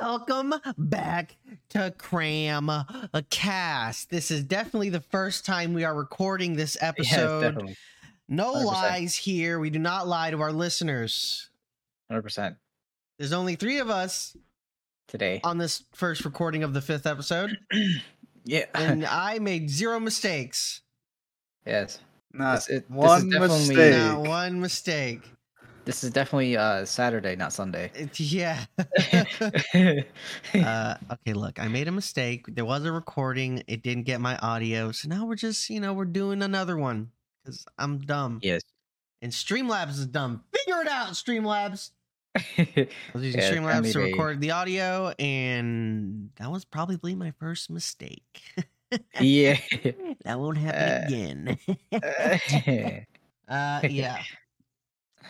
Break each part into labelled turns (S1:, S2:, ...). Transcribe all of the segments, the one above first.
S1: Welcome back to Cram a Cast. This is definitely the first time we are recording this episode.
S2: definitely.
S1: no
S2: 100%.
S1: lies here. We do not lie to our listeners.
S2: 100%
S1: There's only three of us
S2: today.
S1: on this first recording of the fifth episode,
S2: yeah.
S1: and I made zero mistakes.
S2: yes.
S1: uh,
S3: Not
S2: This- it- this is
S3: one
S2: definitely-
S3: mistake.
S1: Not one mistake.
S2: This is definitely uh, Saturday, not Sunday.
S1: It- yeah.
S2: yeah.
S1: uh, okay, look, I made a mistake. There was a recording. It didn't get my audio. So now we're just, you know, we're doing another one because I'm dumb.
S2: Yes.
S1: And Streamlabs is dumb. Figure it out, Streamlabs. I was using
S2: Yeah, I
S1: Streamlabs
S2: made
S1: to
S2: a-
S1: record the audio, and that was probably my first mistake.
S2: yeah.
S1: that won't happen
S2: Uh,
S1: again. uh, yeah.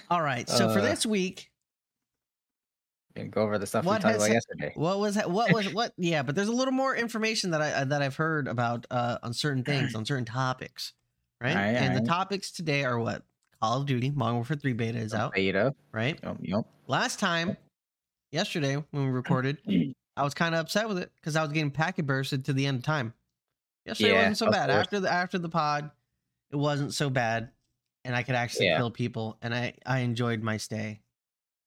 S1: All right. So for
S2: Uh,
S1: this week,
S2: And go over the stuff
S1: What
S2: we talked
S1: has
S2: about
S1: hap-
S2: yesterday.
S1: what was what was what? Yeah, but there's a little more information that I uh, that I've heard about uh, on certain things, on certain topics, right?
S2: Alright,
S1: and the
S2: alright.
S1: topics today are what Call of Duty Modern Warfare Three Beta is
S2: Oh,
S1: out,
S2: Beta.
S1: right?
S2: Yup, yup.
S1: Last time, yesterday when we recorded, I was kind of upset with it because I was getting packet bursted to the end of time. Yesterday
S2: Yeah,
S1: wasn't so
S2: of
S1: bad.
S2: course.
S1: After the after the pod, it wasn't so bad, and I could actually
S2: Yeah.
S1: kill people, and I I enjoyed my stay.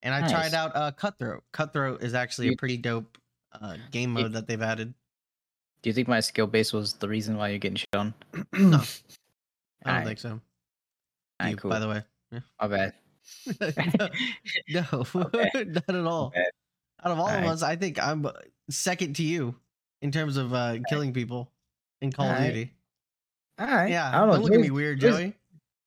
S1: And I
S2: Nice.
S1: tried out uh, Cutthroat. Cutthroat is actually a
S2: You-
S1: pretty dope uh, game
S2: You-
S1: mode that they've added.
S2: Do you think my skill base was the reason why you're getting shit on?
S1: No. I don't
S2: Alright,
S1: think so.
S2: alright,
S1: You,
S2: cool.
S1: By the way,
S2: My bad.
S1: no,
S2: Okay.
S1: not at all.
S2: Okay.
S1: Out of all of
S2: Alright.
S1: us, I think I'm uh, second to you in terms of uh, killing people in Call of
S2: Alright.
S1: Duty.
S2: All right.
S1: Yeah,
S2: I don't know.
S1: look at me
S2: Joey's-
S1: weird,
S2: Joey's-
S1: Joey.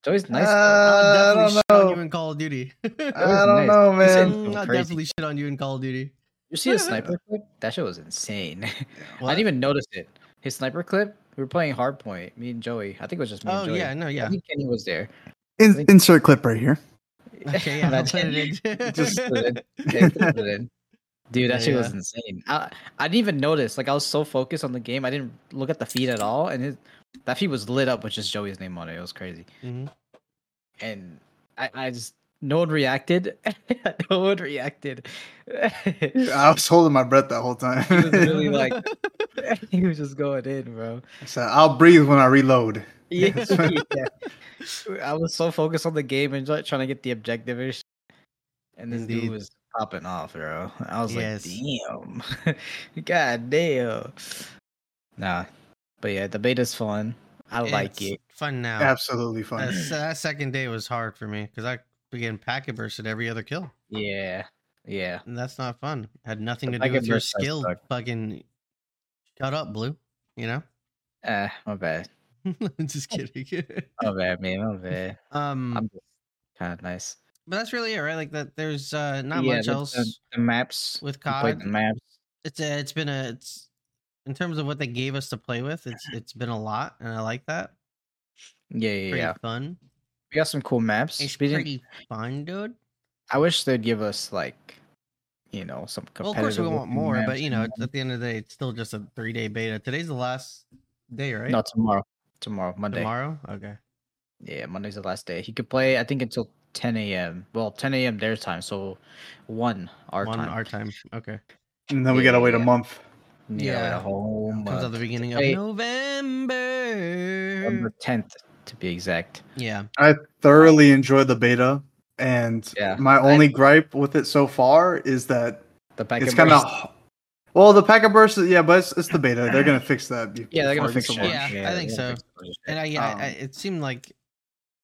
S2: Joey's nice.
S3: Uh,
S1: I'll definitely
S3: I
S1: shit
S3: don't
S1: on you
S3: know.
S1: in Call of Duty.
S2: was
S3: I don't
S2: nice.
S3: know,
S2: You said-
S3: man.
S1: Mm, I'll
S2: crazy.
S1: definitely shit on you in Call of Duty.
S2: you see a sniper clip? That shit was insane. I
S1: What?
S2: didn't even notice it. His sniper clip. We were playing Hardpoint. Me and Joey. I think it was just me
S1: Oh
S2: and Joey.
S1: yeah, no,
S2: I
S1: yeah.
S2: think Kenny was there.
S3: In- insert clip right here.
S1: Okay, yeah, I'll
S2: That's-
S1: put it in.
S2: Just put it Yeah, throw it in. Dude, that shit was
S1: Yeah.
S2: insane. I, I didn't even notice. Like I was so focused on the game, I didn't look at the feed at all. And his, that feed was lit up with just Joey's name on it. It was crazy.
S1: Mhm.
S2: And I, I just no one reacted. no one reacted.
S3: Dude, I was holding my breath that whole
S2: he was
S3: time.
S2: really like he was just going in, bro.
S3: so I'll breathe when I reload.
S2: Yeah,
S3: That's right.
S2: yeah. I was so focused on the game and like, trying to get the objective and shit. And this
S1: Indeed.
S2: dude was popping off, bro. I was
S1: Yes.
S2: like, damn. God damn. Nah. But yeah, the beta's fun. I like
S1: It's
S2: it.
S1: Fun now.
S3: Absolutely fun.
S1: That, se- that second day was hard for me because I began packet burst at every other kill,
S2: Yeah. Yeah.
S1: and that's not fun. Had nothing to
S2: The
S1: do with
S2: packet
S1: your
S2: burst does
S1: skill.
S2: suck.
S1: Fucking shut up, blue. You know,
S2: Uh, my bad.
S1: just
S2: Oh.
S1: kidding.
S2: My bad, man. My bad.
S1: um,
S2: I'm just kind of nice.
S1: but that's really it, right? Like that. There's uh, not
S2: Yeah,
S1: much
S2: the-
S1: else.
S2: The, the maps.
S1: with
S2: we played
S1: COD.
S2: The maps.
S1: It's a, it's been a it's in terms of what they gave us to play with. It's it's been a lot, and I like that.
S2: Yeah, yeah,
S1: Pretty
S2: yeah.
S1: fun.
S2: We got some cool maps.
S1: It's
S2: We didn't-
S1: pretty fun, dude.
S2: I wish they'd give us like, you know, some.
S1: Well, of course we
S2: competitive
S1: want
S2: looking
S1: more, but
S2: maps
S1: you know,
S2: and-
S1: it's- at the end of the day, it's still just a three day beta. Today's the last day, right?
S2: no, tomorrow, tomorrow, Monday.
S1: tomorrow. Okay.
S2: Yeah, Monday's the last day. He could play, I think, until 10 a.m. Well, 10 a.m. their time, so one our
S1: One
S2: time.
S1: our time. Okay.
S3: And then we gotta wait a
S2: Yeah.
S3: month.
S2: yeah, wait
S1: Yeah.
S2: a whole
S1: Comes out
S2: month.
S1: the beginning
S2: Hey.
S1: of November.
S2: November 10th, to be exact.
S1: Yeah.
S3: I thoroughly enjoyed the beta, and
S2: Yeah.
S3: my only gripe with it so far is that
S2: The back
S3: it's kind of. Well, the packet burst, is- yeah, but it's, it's the beta. They're gonna fix that. be-
S2: yeah, they're gonna
S3: before it
S2: fix
S3: gets
S2: it.
S1: shit.
S3: launched.
S1: Yeah, I think so. And uh, I, yeah,
S2: Um
S1: I, it seemed like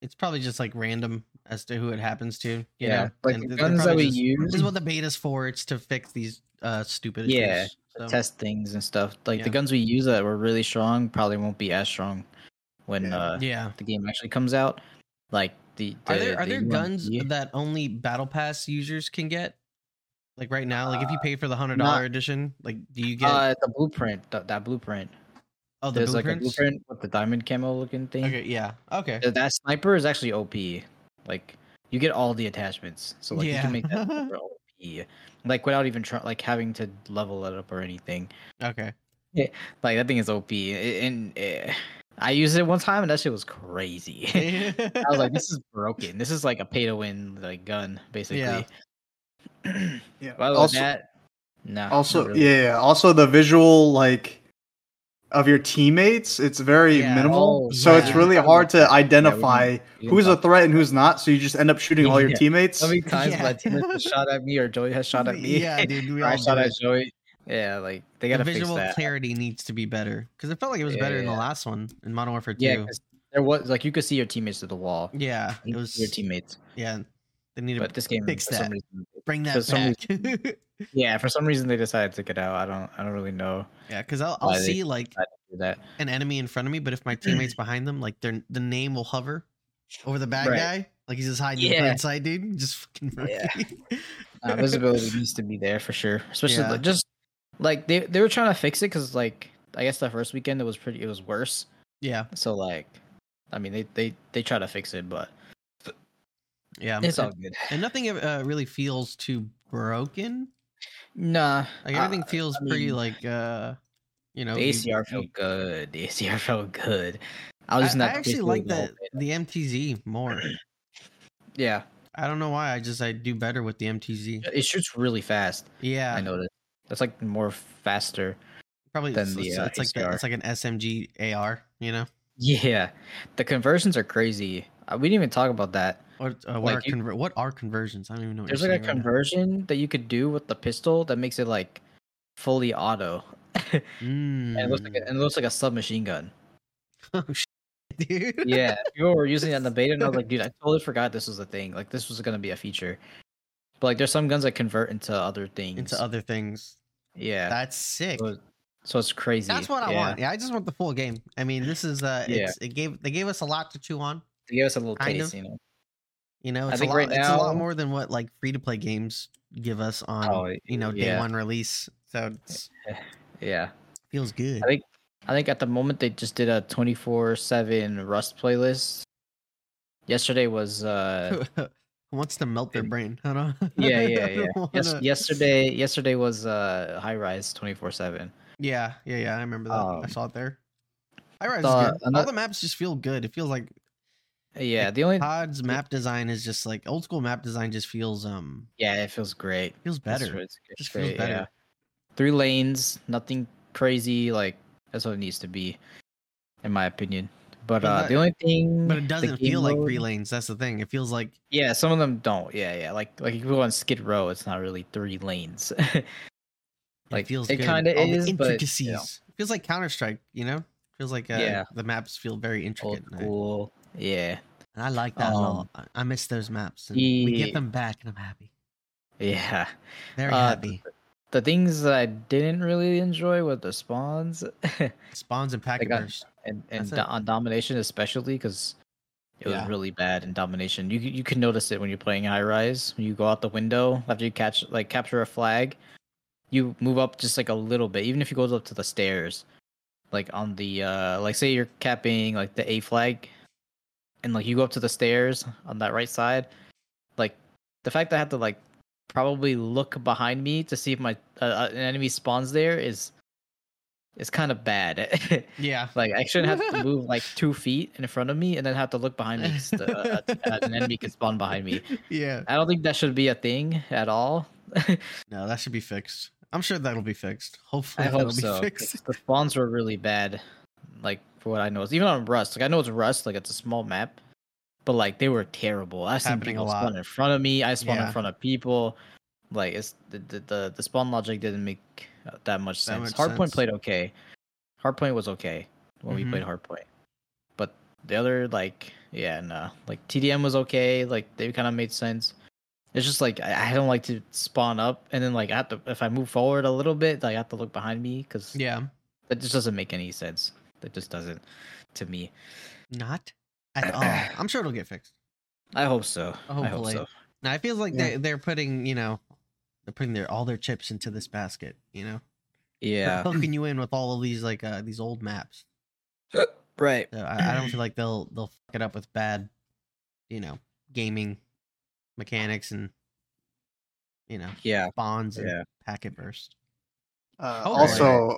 S1: it's probably just like random as to who it happens to. You
S2: yeah,
S1: know?
S2: like
S1: And
S2: the
S1: they're
S2: guns that
S1: probably
S2: we
S1: just- This
S2: use,
S1: is what the beta's for. It's to fix these uh stupid
S2: Yeah,
S1: issues. So,
S2: test things and stuff. Like
S1: Yeah.
S2: the guns we use that were really strong probably won't be as strong when
S3: Yeah.
S2: uh,
S1: yeah.
S2: the game actually comes out. Like the,
S1: Are
S2: the-
S1: there are
S2: the
S1: there
S2: UMP
S1: guns that only battle pass users can get? Like right now, like if you pay for the hundred dollar edition, like do you get
S2: uh, the blueprint, th- that blueprint.
S1: oh the
S2: There's
S1: blueprints?
S2: like a blueprint with the diamond camo looking thing.
S1: okay, yeah, okay,
S2: Th- That sniper is actually OP. Like you get all the attachments, so like you
S1: Yeah.
S2: can make that sniper OP, like without even try- like having to level it up or anything.
S1: okay.
S2: Like that thing is OP, a- and eh, I used it one time and that shit was crazy. I was like, this is broken. This is like a pay to win like gun basically.
S1: Yeah.
S2: Yeah.
S3: Yeah.
S2: Other than
S3: Also,
S2: that, No.
S3: Also,
S2: not really.
S3: yeah, yeah. Also, the visual like of your teammates, it's very
S2: Yeah.
S3: minimal,
S1: Oh,
S3: so it's
S1: yeah.
S3: really hard to identify
S2: we
S3: who's a
S2: didn't
S3: threat and who's not. So you just end up shooting all your
S2: Yeah.
S3: teammates.
S2: How many times
S1: Yeah.
S2: my teammate has shot at me or Joey has shot at me?
S1: Yeah, dude. We
S2: or I
S1: all
S2: shot
S1: do
S2: at
S1: it.
S2: Joey. Yeah, like they
S1: The
S2: gotta fix
S1: visual
S2: that.
S1: clarity needs to be better because it felt like it was better in the
S2: Yeah.
S1: last one in Modern Warfare
S2: Yeah,
S1: Two.
S2: 'cause there was like you could see your teammates to the wall. You
S1: Yeah,
S2: could
S1: it
S2: see your
S1: was.
S2: teammates,
S1: Yeah, they need to
S2: but this game
S1: fix
S2: for some
S1: that.
S2: reason,
S1: bring that
S2: for some
S1: back.
S2: yeah, for some reason they decided to get out. I don't, I don't really know
S1: yeah, because I'll, I'll
S2: Why they-
S1: see like
S2: why they do that.
S1: an enemy in front of me, but if my teammate's behind them, like their the name will hover over the bad
S2: Right.
S1: guy. Like he's just hiding in
S2: Yeah.
S1: the right side, dude. Just fucking run.
S2: Yeah. Uh, visibility needs to be there for sure, especially
S1: Yeah.
S2: like, just like they they were trying to fix it because like I guess the first weekend it was pretty, it was worse.
S1: yeah,
S2: So like, I mean they they they try to fix it, but
S1: yeah.
S2: it's all
S1: and,
S2: good.
S1: and nothing uh, really feels too broken.
S2: Nah,
S1: Like
S2: uh,
S1: everything feels pretty
S2: mean,
S1: like uh, you know.
S2: The
S1: you-
S2: ACR
S1: you-
S2: felt good. The ACR felt good. I
S1: I,
S2: was just
S1: I
S2: not
S1: actually
S2: basically
S1: like
S2: the whole
S1: the
S2: bit.
S1: the MTZ more.
S2: Yeah,
S1: I don't know why. I just I do better with the MTZ.
S2: it shoots really fast.
S1: Yeah,
S2: I noticed. That's like more faster.
S1: probably.
S2: than
S1: it's,
S2: the,
S1: it's-
S2: uh,
S1: it's like the,
S2: ACR.
S1: it's like an SMG AR. You know,
S2: Yeah, the conversions are crazy. Uh, We didn't even talk about that.
S1: or uh, what
S2: Like
S1: are
S2: you-
S1: conver- what are conversions? I don't even know. What
S2: There's
S1: you're
S2: like a
S1: saying right now.
S2: conversion that you could do with the pistol that makes it like fully auto, and it looks like a,
S1: Mm.
S2: and it looks like a submachine gun.
S1: Oh shit, dude.
S2: Yeah, people were using that in the beta, and I was like, dude, I totally forgot this was a thing. Like this was gonna be a feature. But like, there's some guns that convert into other things.
S1: Into other things.
S2: yeah.
S1: That's sick.
S2: So, so it's crazy.
S1: That's what I
S2: yeah.
S1: want. Yeah, I just want the full game. I mean, this is uh
S2: Yeah.
S1: it's, it gave they gave us a lot to chew on.
S2: They gave us a little
S1: Kind
S2: taste, you know.
S1: You know,
S2: I
S1: it's a
S2: think
S1: lot
S2: right
S1: it's a lot
S2: now-
S1: more than what like free to play games give us on
S2: Oh,
S1: you know, day
S2: yeah.
S1: one release. So it's
S2: Yeah.
S1: feels good.
S2: I think- I think at the moment they just did a 24/7 Rust playlist. Yesterday was uh
S1: Who wants to melt their brain? I don't
S2: yeah, yeah, yeah.
S1: don't
S2: Yes,
S1: wanna-
S2: yesterday yesterday was uh high rise 24/7.
S1: Yeah, yeah, yeah. I remember that. I
S2: Um,
S1: saw it there. I rise
S2: the-
S1: is good. All
S2: ano-
S1: the maps just feel good. It feels like
S2: Yeah, the only
S1: Pod's map design is just like old school map design just feels um
S2: yeah, it feels great.
S1: feels
S2: It's-
S1: better.
S2: It's, it's
S1: Just feels
S2: great,
S1: better.
S2: Yeah. Three lanes, nothing crazy like that's what it needs to be in my opinion. But
S1: But
S2: uh
S1: that-
S2: the only thing
S1: But it
S2: the
S1: doesn't
S2: game
S1: feel like
S2: mode-
S1: three lanes. That's the thing. It feels like
S2: Yeah, some of them don't. Yeah, yeah. Like like if you go on Skid Row, it's not really three lanes.
S1: like
S2: Like,
S1: it feels
S2: it
S1: good.
S2: kinda
S1: All the
S2: is, but, you know.
S1: intricacies. It feels like Counter Strike. You know, feels like uh,
S2: Yeah.
S1: the maps feel very
S2: Old
S1: intricate. and I-
S2: school. Yeah.
S1: And I like that a lot.
S2: Um,
S1: I- I miss those maps. And We get
S2: yeah.
S1: them back, and I'm happy.
S2: Yeah.
S1: Very
S2: Uh,
S1: happy.
S2: The things that I didn't really enjoy were the spawns
S1: Spawns and packet
S2: got-
S1: burst.
S2: and,
S1: That's
S2: and
S1: it.
S2: do- on domination especially because it was
S1: Yeah.
S2: really bad in domination. You c- you can notice it when you're playing high rise. When you go out the window after you catch like capture a flag, you move up just like a little bit. Even if you go up to the stairs, like on the uh like say you're capping like the A flag, and like you go up to the stairs on that right side, like the fact that I had to like probably look behind me to see if my uh, uh, an enemy spawns there is it's kind of bad.
S1: Yeah.
S2: Like I shouldn't have to move like two feet in front of me and then have to look behind me. 'cause The, uh, uh, an enemy can spawn behind me.
S1: Yeah.
S2: I don't think that should be a thing at all.
S1: No, that should be fixed. I'm sure that'll be fixed.
S2: I
S1: Hopefully, that'll
S2: hope
S1: be
S2: so. 'cause
S1: fixed.
S2: The spawns were really bad, like for what I know. Even on Rust, like I know it's Rust, like it's a small map, but like they were terrible. I seen
S1: Happening a
S2: people spawn
S1: lot.
S2: in front of me. I spawned
S1: Yeah.
S2: in front of people. Like it's the the the, the spawn logic didn't make uh, that much
S1: That much
S2: sense. Hardpoint
S1: sense.
S2: played okay. Hardpoint was okay when
S1: Mhm.
S2: we played Hardpoint, but the other like yeah no like TDM was okay. Like they kind of made sense. It's just like I, I don't like to spawn up and then like I have to if I move forward a little bit, like I have to look behind me because
S1: Yeah.
S2: that just doesn't make any sense. That just doesn't to me.
S1: Not at all. I'm sure it'll get fixed.
S2: I hope so. I hope
S1: Hopefully.
S2: so.
S1: Now it feels like
S3: Yeah.
S1: they they're putting you know they're putting their all their chips into this basket. You know, They're
S2: Yeah.
S1: hooking you in with all of these like uh these old maps.
S2: right.
S1: So I, I don't feel like they'll they'll fuck it up with bad, you know, gaming mechanics and you know
S2: Yeah.
S1: bonds and
S2: Yeah.
S1: packet burst.
S3: Uh,
S1: Oh,
S3: also,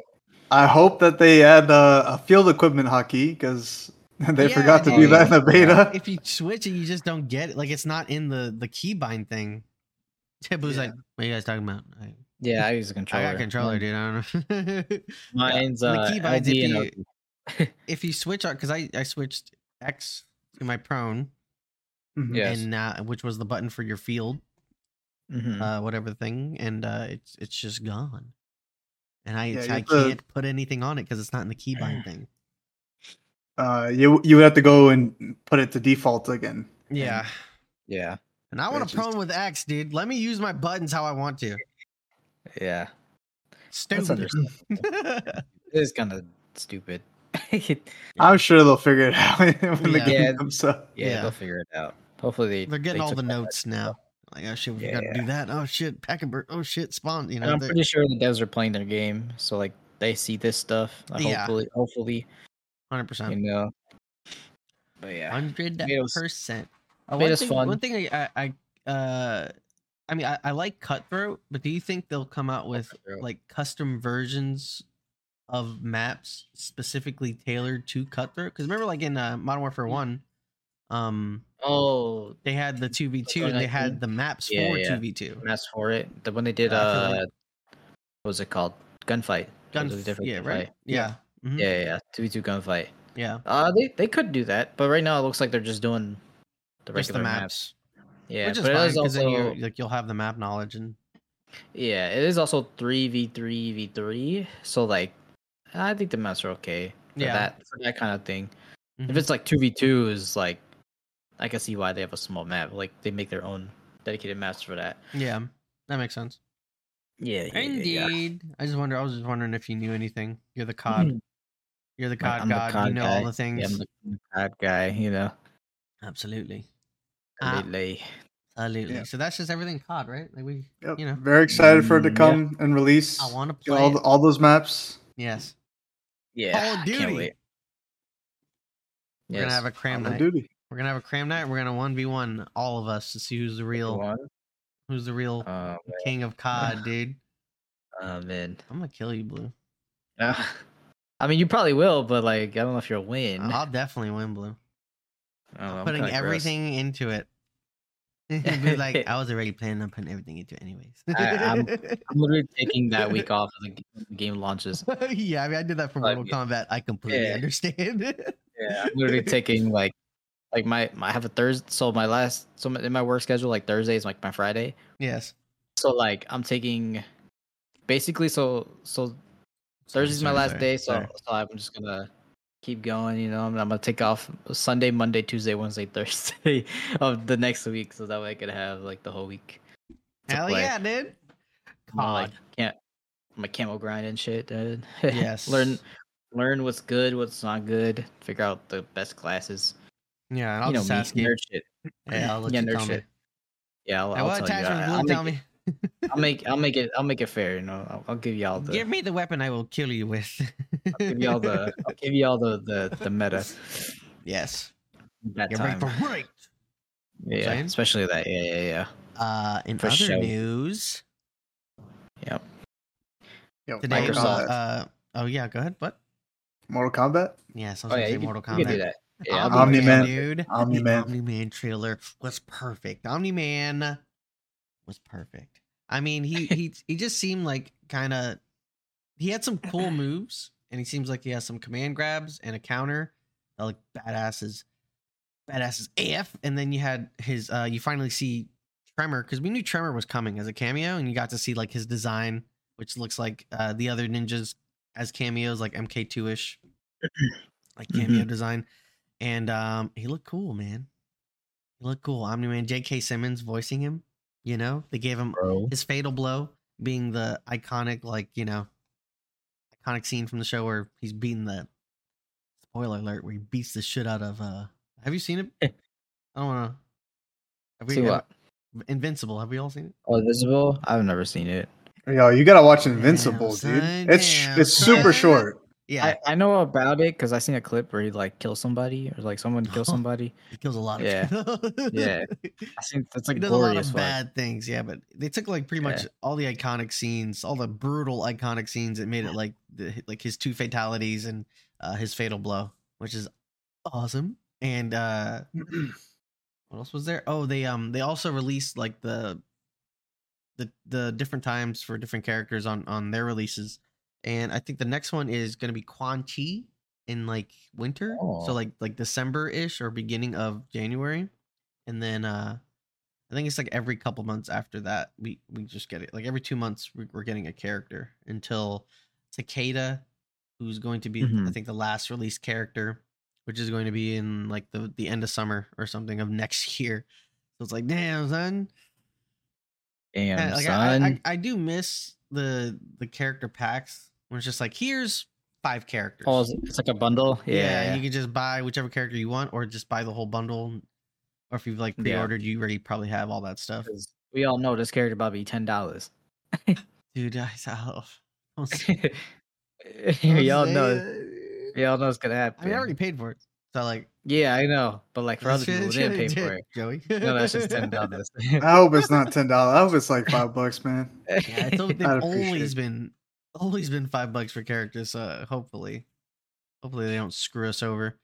S3: I hope that they add uh, a field equipment hockey because they
S1: Yeah,
S3: forgot to
S1: dude.
S3: do that in the beta.
S1: If you switch it, you just don't get it. Like it's not in the the keybind thing. Tibu's
S3: Yeah.
S1: like, what are you guys talking about? I-
S2: Yeah, I use
S1: I
S2: a controller.
S1: got a controller, dude. I don't know.
S2: Mine's
S1: And the
S2: uh,
S1: key binds if
S2: LB and
S1: you-
S2: OB.
S1: if you switch on, because I I switched X to my prone,
S3: Mhm.
S2: Yes.
S1: and uh, which was the button for your field,
S2: Mhm.
S1: uh, whatever thing, and uh, it's it's just gone. And I
S3: Yeah, you
S1: I
S3: have to-
S1: can't put anything on it because it's not in the keybind thing.
S3: Uh, you you would have to go and put it to default again.
S1: Yeah,
S2: yeah,
S1: and I want
S3: It's
S1: a
S3: just-
S1: prone with X, dude. Let me use my buttons how I want to.
S2: yeah. That's
S1: Stupid.
S2: understandable. It is kind of stupid. yeah,
S3: I'm sure they'll figure it out when the
S1: Yeah.
S2: Yeah.
S3: game comes up.
S1: Yeah.
S2: they'll figure it out. Hopefully they
S1: They're getting
S2: they
S1: all
S2: took
S1: the
S2: that
S1: notes
S2: extra
S1: now.
S2: stuff.
S1: Like, oh shit, we forgot to do that. Oh shit, Packenbird. Oh shit, Spawn. You
S2: And
S1: know,
S2: I'm
S1: they-
S2: pretty sure the devs are playing their game, so like they see this stuff. Like,
S1: Yeah.
S2: Hopefully, hopefully,
S1: hundred
S2: you
S1: percent,
S2: know. But yeah,
S1: hundred
S2: Tomatoes-
S1: percent. Uh,
S2: made
S1: One
S2: us
S1: thing,
S2: fun.
S1: one thing I, I, I, uh, I mean, I, I like Cutthroat, but do you think they'll come out with
S2: Cutthroat.
S1: like custom versions of maps specifically tailored to Cutthroat? Because remember, like in uh, Modern
S2: Mm.
S1: Warfare One, um,
S2: Oh,
S1: they had the two v two and they had the maps
S2: Yeah,
S1: for
S2: yeah.
S1: two v two.
S2: that's for it. The when they did
S1: Yeah, I
S2: uh,
S1: feel like-
S2: what was it called? Gunfight.
S1: Gun,
S2: Totally different
S1: yeah,
S2: play.
S1: right, yeah, mhm,
S2: Yeah, yeah, two v two gunfight.
S1: yeah.
S2: Uh, they they could do that, but right now it looks like they're just doing the
S1: Just
S2: regular
S1: the
S2: maps.
S1: maps.
S2: Yeah,
S1: which is
S2: but it
S1: fine
S2: is
S1: because then
S2: also
S1: you like you'll have the map knowledge and
S2: yeah, it is also three v three v three. So like, I think the maps are okay for
S1: Yeah.
S2: that for that kind of thing.
S1: Mhm.
S2: If it's like two v two is like, I can see why they have a small map. Like they make their own dedicated maps for that.
S1: yeah, that makes sense.
S2: Yeah, yeah, yeah, yeah.
S1: Indeed. I just wonder. I was just wondering if you knew anything. You're the COD. You're the COD
S2: Hmm. I'm the
S1: god.
S2: COD
S1: you know
S2: guy.
S1: all the things.
S2: Yeah, I'm the I'm the bad guy, you know.
S1: Absolutely. Ah.
S2: Uh,
S1: Absolutely.
S3: Yeah.
S1: So that's just everything COD, right? Like we.
S3: Yep.
S1: You know.
S3: Very excited for it to
S2: Mm, yeah.
S3: come and release.
S1: I want to
S3: Get
S1: play.
S3: all,
S1: it.
S3: th- all those maps.
S1: Yes.
S2: yeah,
S1: Call of
S2: I can't
S1: Duty.
S2: wait.
S1: We're gonna have a cram
S3: Call of
S1: night.
S3: Duty.
S1: We're gonna have a cram night. We're gonna one v one all of us to see who's the real,
S2: One.
S1: who's the real
S2: Oh,
S1: king of COD, dude.
S2: oh man.
S1: I'm gonna kill you, Blue.
S2: Uh, I mean, you probably will, but like, I don't know if you'll win.
S1: I'll definitely win, Blue.
S2: I don't know, Oh, I'm
S1: Uh-huh. putting
S2: kinda gross.
S1: everything into it. Be like I was already planning on putting everything into it, anyways.
S2: I- I'm literally taking that week off when the g- when the game launches.
S1: yeah, I mean, I did that for
S2: Like,
S1: Mortal
S2: yeah.
S1: Kombat. I completely
S2: Yeah.
S1: understand.
S2: Yeah, I'm literally taking like, like my, my I have a Thursday. So my last, so my, in my work schedule, like Thursday is like my Friday.
S1: yes.
S2: So like, I'm taking, basically, so so Thursday's my
S1: Sorry,
S2: last
S1: sorry,
S2: day. So
S1: sorry.
S2: so I'm just gonna keep going. You know, I'm, I'm gonna take off Sunday, Monday, Tuesday, Wednesday, Thursday of the next week, so that way I could have like the whole week. to
S1: hell
S2: play.
S1: yeah, dude.
S2: I'm gonna, like
S1: COD.
S2: can't my camo grind and shit, dude.
S1: Yes.
S2: learn learn what's good, what's not good. Figure out the best classes.
S1: Yeah, and I'll
S2: you know,
S1: just
S2: me,
S1: ask you.
S2: nerd shit.
S1: Yeah, I'll let
S2: yeah,
S1: you
S2: nerd
S1: tell me.
S2: shit. Yeah, I'll,
S1: I
S2: I'll
S1: want
S2: tell you.
S1: attachment
S2: I-
S1: Blue.
S2: I'll
S1: tell
S2: make,
S1: me.
S2: I'll make I'll make it I'll make it fair. You know, I'll, I'll give y'all the
S1: Give me the weapon. I will kill you with.
S2: I'll give y'all the I'll give y'all the the the meta.
S1: yes.
S2: That
S1: You're
S2: time.
S1: right for right.
S2: Yeah,
S1: saying.
S2: especially that. Yeah, yeah, yeah. Oh,
S1: Uh, in
S2: For
S1: other
S2: sure.
S1: news,
S3: Yep.
S1: today was,
S2: Microsoft.
S1: uh, oh yeah, go ahead. What?
S3: Mortal Kombat.
S1: Yes, I was
S2: Oh
S1: gonna
S2: yeah,
S1: say
S2: you can,
S1: Mortal
S2: you can do
S1: Kombat.
S2: that. Yeah, I'll
S3: Omni
S2: do
S3: Man.
S2: that.
S1: dude.
S3: Omni
S1: the
S3: Man.
S1: Omni Man trailer was perfect. Omni Man was perfect. I mean, he he he just seemed like kind of he had some cool moves, and he seems like he has some command grabs and a counter that like badasses, badasses AF. And then you had his uh you finally see Tremor because we knew Tremor was coming as a cameo, and you got to see like his design, which looks like uh the other ninjas as cameos, like MK2 ish, like cameo design. And um, he looked cool, man. He looked cool. Omni Man, J.K. Simmons voicing him. You know, they gave him
S2: bro.
S1: his fatal blow being the iconic, like you know, iconic scene from the show where he's beating the spoiler alert where he beats the shit out of. uh Have you seen it? I don't know. Have
S2: See what?
S1: Invincible. Have we all seen it?
S2: Oh, Invisible? I've never seen it.
S3: Yo, you gotta watch
S1: Damn,
S3: Invincible,
S1: son,
S3: dude. It's sh-
S1: damn,
S3: it's super
S1: son.
S3: short.
S1: Yeah,
S2: I, I know about it because I seen a clip where he like kill somebody or like someone kill somebody.
S1: he kills a lot of
S2: Yeah.
S1: people.
S2: Yeah. I seen that's like
S1: he does a lot
S2: glorious.
S1: of
S2: fuck.
S1: bad things, yeah. But they took like pretty much
S2: Yeah.
S1: all the iconic scenes, all the brutal iconic scenes. It made it like the, like his two fatalities and uh, his fatal blow, which is awesome. And uh what else was there? Oh, they um they also released like the the the different times for different characters on on their releases. And I think the next one is going to be Quan Chi in like winter,
S2: Oh.
S1: so like like December ish or beginning of January, and then uh I think it's like every couple months after that we we just get it like every two months we- we're getting a character until Takeda, who's going to be I
S2: Mhm.
S1: think the last released character, which is going to be in like the the end of summer or something of next year. So it's like damn son,
S2: Damn,
S1: yeah, like I-
S2: son.
S1: I, I, I do miss the the character packs when it's just like here's five characters.
S2: oh, it's- it's like a bundle. Yeah.
S1: you can just buy whichever character you want, or just buy the whole bundle. Or if you've like
S2: Yeah.
S1: pre-ordered, you already probably have all that stuff.
S2: 'Cause we all know this character about to be ten dollars.
S1: Dude, I saw. Don't s-
S2: we
S1: don't
S2: all
S1: say
S2: know.
S1: it.
S2: We all know it's gonna
S1: I
S2: happen.
S1: mean, I already paid for it, so like
S2: Yeah, I know. But like for other
S1: shit-
S2: people, they
S1: shit
S2: didn't pay for it.
S1: Joey.
S2: No, that's just ten dollars.
S3: I hope it's not ten dollars. I hope it's like five bucks, man.
S1: yeah, it's, al- they've
S3: I'd appreciate
S1: always
S3: it.
S1: been always been five bucks for characters. So hopefully, hopefully they don't screw us over.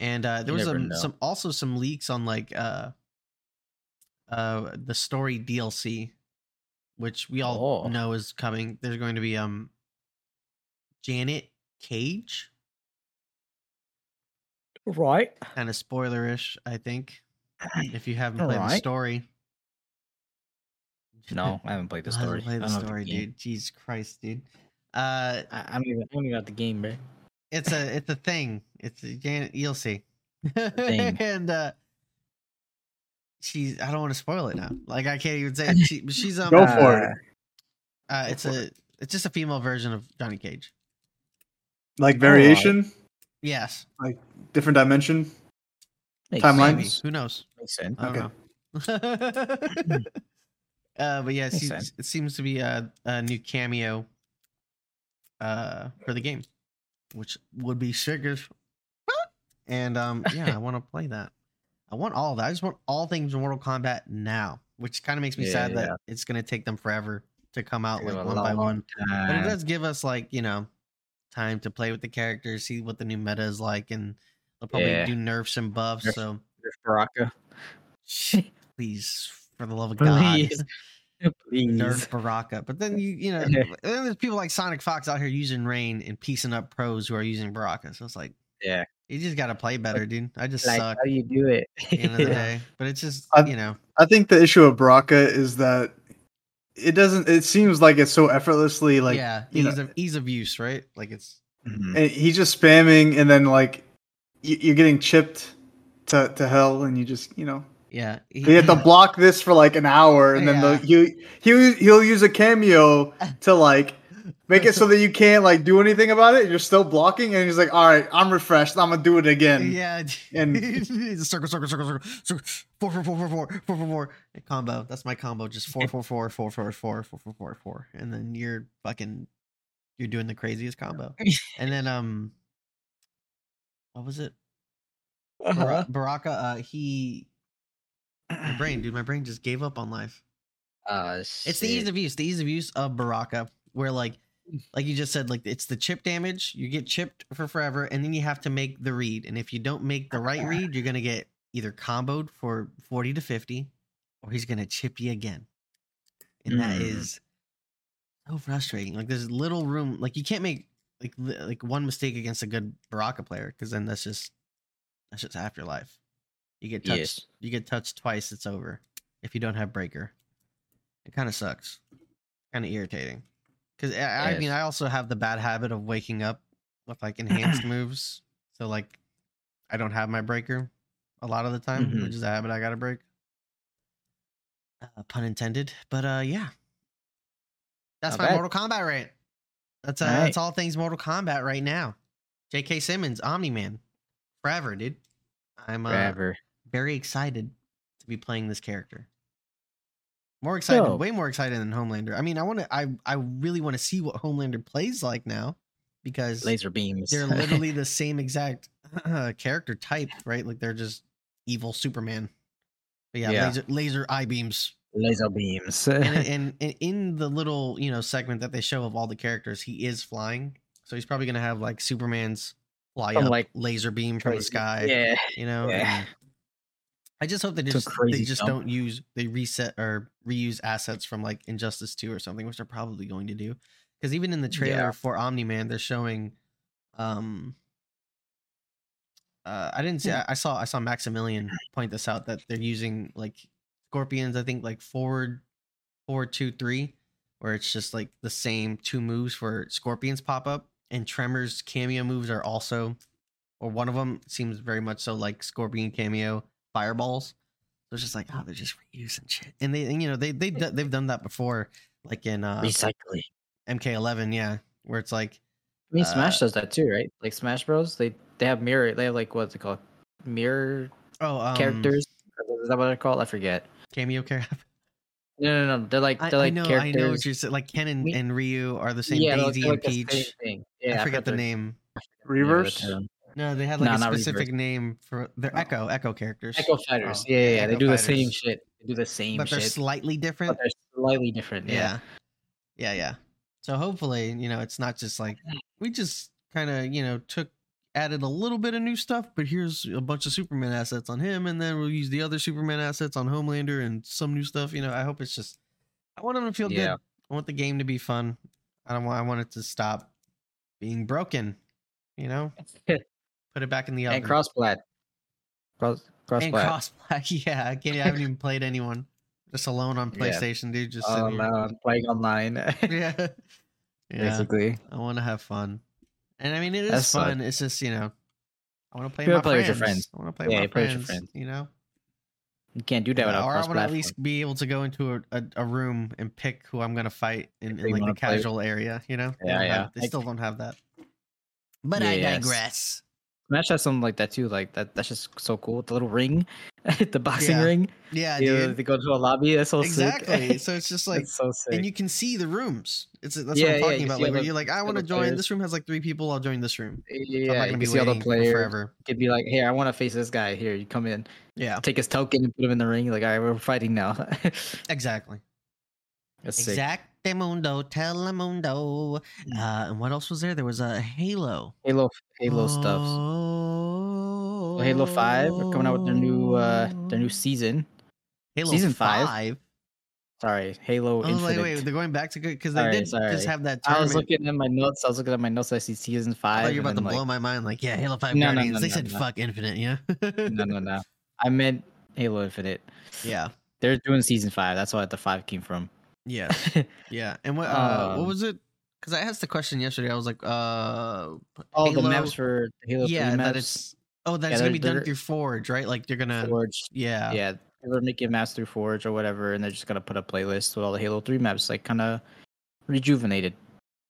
S1: And uh, there
S2: You
S1: was
S2: never
S1: some,
S2: know.
S1: some also some leaks on like uh, uh, the story DLC, which we all
S2: Oh.
S1: know is coming. There's going to be um, Janet Cage,
S2: right.
S1: kind of spoilerish, I think, if you haven't played the
S2: Alright.
S1: story.
S2: No, I haven't played the
S1: I haven't
S2: story.
S1: played the
S2: I don't know
S1: story,
S2: game.
S1: dude. Jesus Christ, dude. Uh,
S2: I, I'm even. I'm even out the game, bro.
S1: it's a it's a thing. It's a Janet. You'll see.
S2: thing.
S1: and uh, she's. I don't want to spoil it now. Like I can't even say it. She, but she's um.
S3: Go
S1: Uh,
S3: for it.
S1: uh, it's a it's just a female version of Johnny Cage.
S3: Like variation,
S1: Yes.
S3: different dimension.
S2: Makes
S3: Timeline?
S1: Maybe.
S2: sense.
S1: Who knows?
S2: Makes sense.
S1: I don't
S3: Okay.
S1: know. uh, but yeah,
S2: Makes
S1: she,
S2: sense.
S1: it seems to be a, a new cameo. Uh, for the game, which would be sick as And um, yeah, I want to play that. I want all that. I just want all things Mortal Kombat now, which kind of makes me
S2: Yeah,
S1: sad that
S2: yeah.
S1: it's gonna take them forever to come out
S2: Give
S1: like
S2: it a
S1: one by
S2: long
S1: one. But it
S2: time.
S1: does give us like you know time to play with the characters, see what the new meta is like, and they'll probably
S2: Yeah.
S1: do nerfs and buffs.
S2: Nerf.
S1: So
S2: Baraka.
S1: please, for the love of God,
S2: Please.
S1: nerf
S2: Please.
S1: Baraka. But then you you know
S2: Yeah.
S1: then there's people like Sonic Fox out here using Rain and piecing up pros who are using Baraka. So it's like
S2: Yeah.
S1: you just gotta play better, dude. I just
S2: Like,
S1: suck.
S2: how do you do it?
S1: at the end of the day. But it's just
S3: I-
S1: you know,
S3: I think the issue of Baraka is that it doesn't. It seems like it's so effortlessly like
S1: yeah,
S3: you know-
S1: ease of ease of use, right? Like it's
S2: Mhm.
S3: and he's just spamming, and then like y- you're getting chipped to to hell, and you just you know
S1: yeah. he-
S3: you have to block this for like an hour, and then the, he he he'll use a cameo to like make it so that you can't like do anything about it. You're still blocking, and he's like, "All right, I'm refreshed. I'm gonna do it again."
S1: yeah,
S3: and-
S1: and circle, circle, circle, circle, circle, four, four, four, four, four, four, four, four and combo. That's my combo. Just four, four, four, four, four, four, four, four, four, four, and then you're fucking, you're doing the craziest combo. And then um, what was it?
S2: Uh-huh.
S1: Bar- Baraka. Uh, he, my brain, dude, my brain just gave up on life.
S2: Uh,
S1: It's the ease of use, the ease of use of Baraka, where like, like you just said, like it's the chip damage. You get chipped for forever, and then you have to make the read. And if you don't make the right read, you're gonna get either comboed for forty to fifty, or he's gonna chip you again. And that
S2: Mm.
S1: is so frustrating. Like there's little room. Like you can't make like li- like one mistake against a good Baraka player, because then that's just that's just afterlife. You get touched.
S2: Yes.
S1: You get touched twice. It's over. If you don't have breaker, it kind of sucks. Kind of irritating. Because I, I mean,
S2: Yes.
S1: I also have the bad habit of waking up with like enhanced moves. So like, I don't have my breaker a lot of the time,
S2: Mhm.
S1: which is a habit I gotta break. Uh, pun intended. But uh, yeah, that's
S2: Not
S1: my
S2: bad.
S1: Mortal Kombat rant. That's uh,
S2: All right.
S1: that's all things Mortal Kombat right now. J.K. Simmons, Omni Man, forever, dude. I'm uh,
S2: forever.
S1: very excited to be playing this character. More excited,
S2: Dope.
S1: way more excited than Homelander. I mean, I want to, I, I really want to see what Homelander plays like now because
S2: Laser beams.
S1: they're literally the same exact character type, right? Like they're just evil Superman. But yeah,
S2: Yeah.
S1: laser laser eye beams.
S2: laser beams.
S1: And, and, and in the little you know segment that they show of all the characters, he is flying, so he's probably gonna have like Superman's fly
S2: Some,
S1: up
S2: like,
S1: laser beam from the
S2: crazy-
S1: sky
S2: yeah.
S1: you know
S2: Yeah.
S1: and I just hope they
S2: It's a
S1: just they
S2: crazy
S1: just
S2: jump.
S1: don't use they reset or reuse assets from like Injustice 2 or something, which they're probably going to do. Because even in the trailer
S2: Yeah.
S1: for Omni Man, they're showing um uh I didn't see
S2: Hmm.
S1: I, I saw I saw Maximilian point this out that they're using like scorpions, I think like forward four, two, three, where it's just like the same two moves for scorpions pop up and Tremors cameo moves are also or one of them seems very much so like scorpion cameo fireballs. So it's just like, oh, they're just reusing shit. And they, and, you know, they they do- they've done that before, like in uh,
S2: Recycling.
S1: MK11, yeah, where it's like,
S2: I mean,
S1: Uh,
S2: Smash does that too, right? Like Smash Bros. They they have mirror. They have like what's it called? Mirror
S1: oh, um,
S2: characters. Is that what they're called? I forget.
S1: cameo character.
S2: No, no, no. They're like
S1: I,
S2: they're
S1: I
S2: like
S1: know,
S2: characters.
S1: I know what you're saying. Like Ken and,
S2: We-
S1: and Ryu are the same.
S2: yeah, they're like-
S1: Daisy
S2: they're like
S1: and
S2: the same
S1: Peach.
S2: thing. Yeah,
S1: I forget the
S2: their-
S1: name.
S2: I forget
S3: Reverse.
S2: their term.
S1: No, they had like
S2: Nah,
S1: a
S2: not Reavers.
S1: specific name for their
S3: Oh.
S1: Echo Echo characters,
S2: Echo Fighters.
S1: Oh,
S2: yeah, yeah,
S1: yeah,
S2: yeah, They
S1: Echo
S2: do the
S1: Fighters.
S2: same shit. They do the same
S1: but they're
S2: shit.
S1: slightly different.
S2: but they're slightly different. Yeah.
S1: yeah yeah yeah so hopefully you know it's not just like we just kind of you know took added a little bit of new stuff but here's a bunch of superman assets on him and then we'll use the other superman assets on homelander and some new stuff you know i hope it's just i want them to feel
S2: Yeah.
S1: good i want the game to be fun i don't want i want it to stop being broken you know put it back in the oven
S2: and crossplay. Cross
S1: and
S2: crossplay.
S1: cross yeah i can't i haven't even played anyone just alone on
S2: Yeah.
S1: playstation dude just
S2: Oh
S1: sitting here.
S2: no, I'm playing online.
S1: yeah yeah
S2: Basically,
S1: I want to have fun, and I mean it is
S2: That's fun.
S1: fun. It's just you know, I want to play.
S2: You
S1: with my
S2: wanna play with your
S1: friends.
S2: friends.
S1: I want to play
S2: Yeah,
S1: with
S2: you
S1: my
S2: play with
S1: friends,
S2: your friends.
S1: You know,
S2: you can't do that
S1: or
S2: without
S1: I
S2: cross
S1: want to at least be able to go into a, a, a room and pick who I'm going to fight in, in
S2: Who you
S1: like the
S2: wanna play with.
S1: casual area. You know, They
S2: Yeah,
S1: don't have-
S2: yeah.
S1: They
S2: I-
S1: still don't have that. But I
S2: Yes.
S1: digress.
S2: Smash has something like that too. Like that, that's just so cool. The little ring, the boxing
S1: Yeah,
S2: ring.
S1: Yeah,
S2: you know,
S1: dude.
S2: they go to a lobby. That's so
S1: Exactly.
S2: sick.
S1: So it's just like
S2: that's so sick.
S1: and you can see the rooms. It's that's
S2: Yeah,
S1: what
S2: yeah,
S1: I'm talking
S2: you
S1: about.
S2: see
S1: Like
S2: all
S1: where
S2: the-
S1: you're like, I
S2: all
S1: want to
S2: the
S1: join.
S2: players.
S1: This room has like three people. I'll join this room. So I'm
S2: yeah,
S1: not
S2: you
S1: gonna
S2: can
S1: be
S2: see all the
S1: waiting
S2: players.
S1: forever.
S2: You could be like, here, I want to face this guy. Here, you come in,
S1: Yeah,
S2: take his token, and put him in the ring. Like, all right, we're fighting now.
S1: exactly.
S2: that's sick. Hmm.
S1: Exactamundo, Telemundo. Uh, and what else was there? There was a Halo.
S2: Halo, Halo stuff.
S1: Oh,
S2: So Halo Five are coming out with their new, uh their new season.
S1: Halo
S2: season five. Sorry, Halo
S1: Oh, wait,
S2: Infinite.
S1: wait, they're going back to good because they
S2: Sorry,
S1: did
S2: sorry.
S1: just have that
S2: I
S1: tournament.
S2: was looking at my notes. I was looking at my notes. I see season
S1: I
S2: five.
S1: thought you were
S2: and
S1: about to
S2: then,
S1: blow my mind. Like, yeah, Halo Five
S2: No, no,
S1: Guardians.
S2: no,
S1: they
S2: no,
S1: said
S2: no.
S1: fuck Infinite, yeah.
S2: no, no, no. I meant Halo Infinite.
S1: yeah,
S2: They're doing season five. That's where the five came from.
S1: yeah, yeah. And what uh, what
S2: Um,
S1: was it? Because I asked the question yesterday. I was like, uh,
S2: All
S1: Halo-
S2: the maps for Halo
S1: yeah,
S2: 3 maps.
S1: that it's oh, that's
S2: Yeah,
S1: gonna
S2: they're-
S1: be done
S2: they're-
S1: through Forge, right? Like you're gonna,
S2: Forge.
S1: yeah,
S2: Yeah, they're making maps through Forge or whatever, and they're just gonna put a playlist with all the Halo Three maps, like kind of rejuvenated,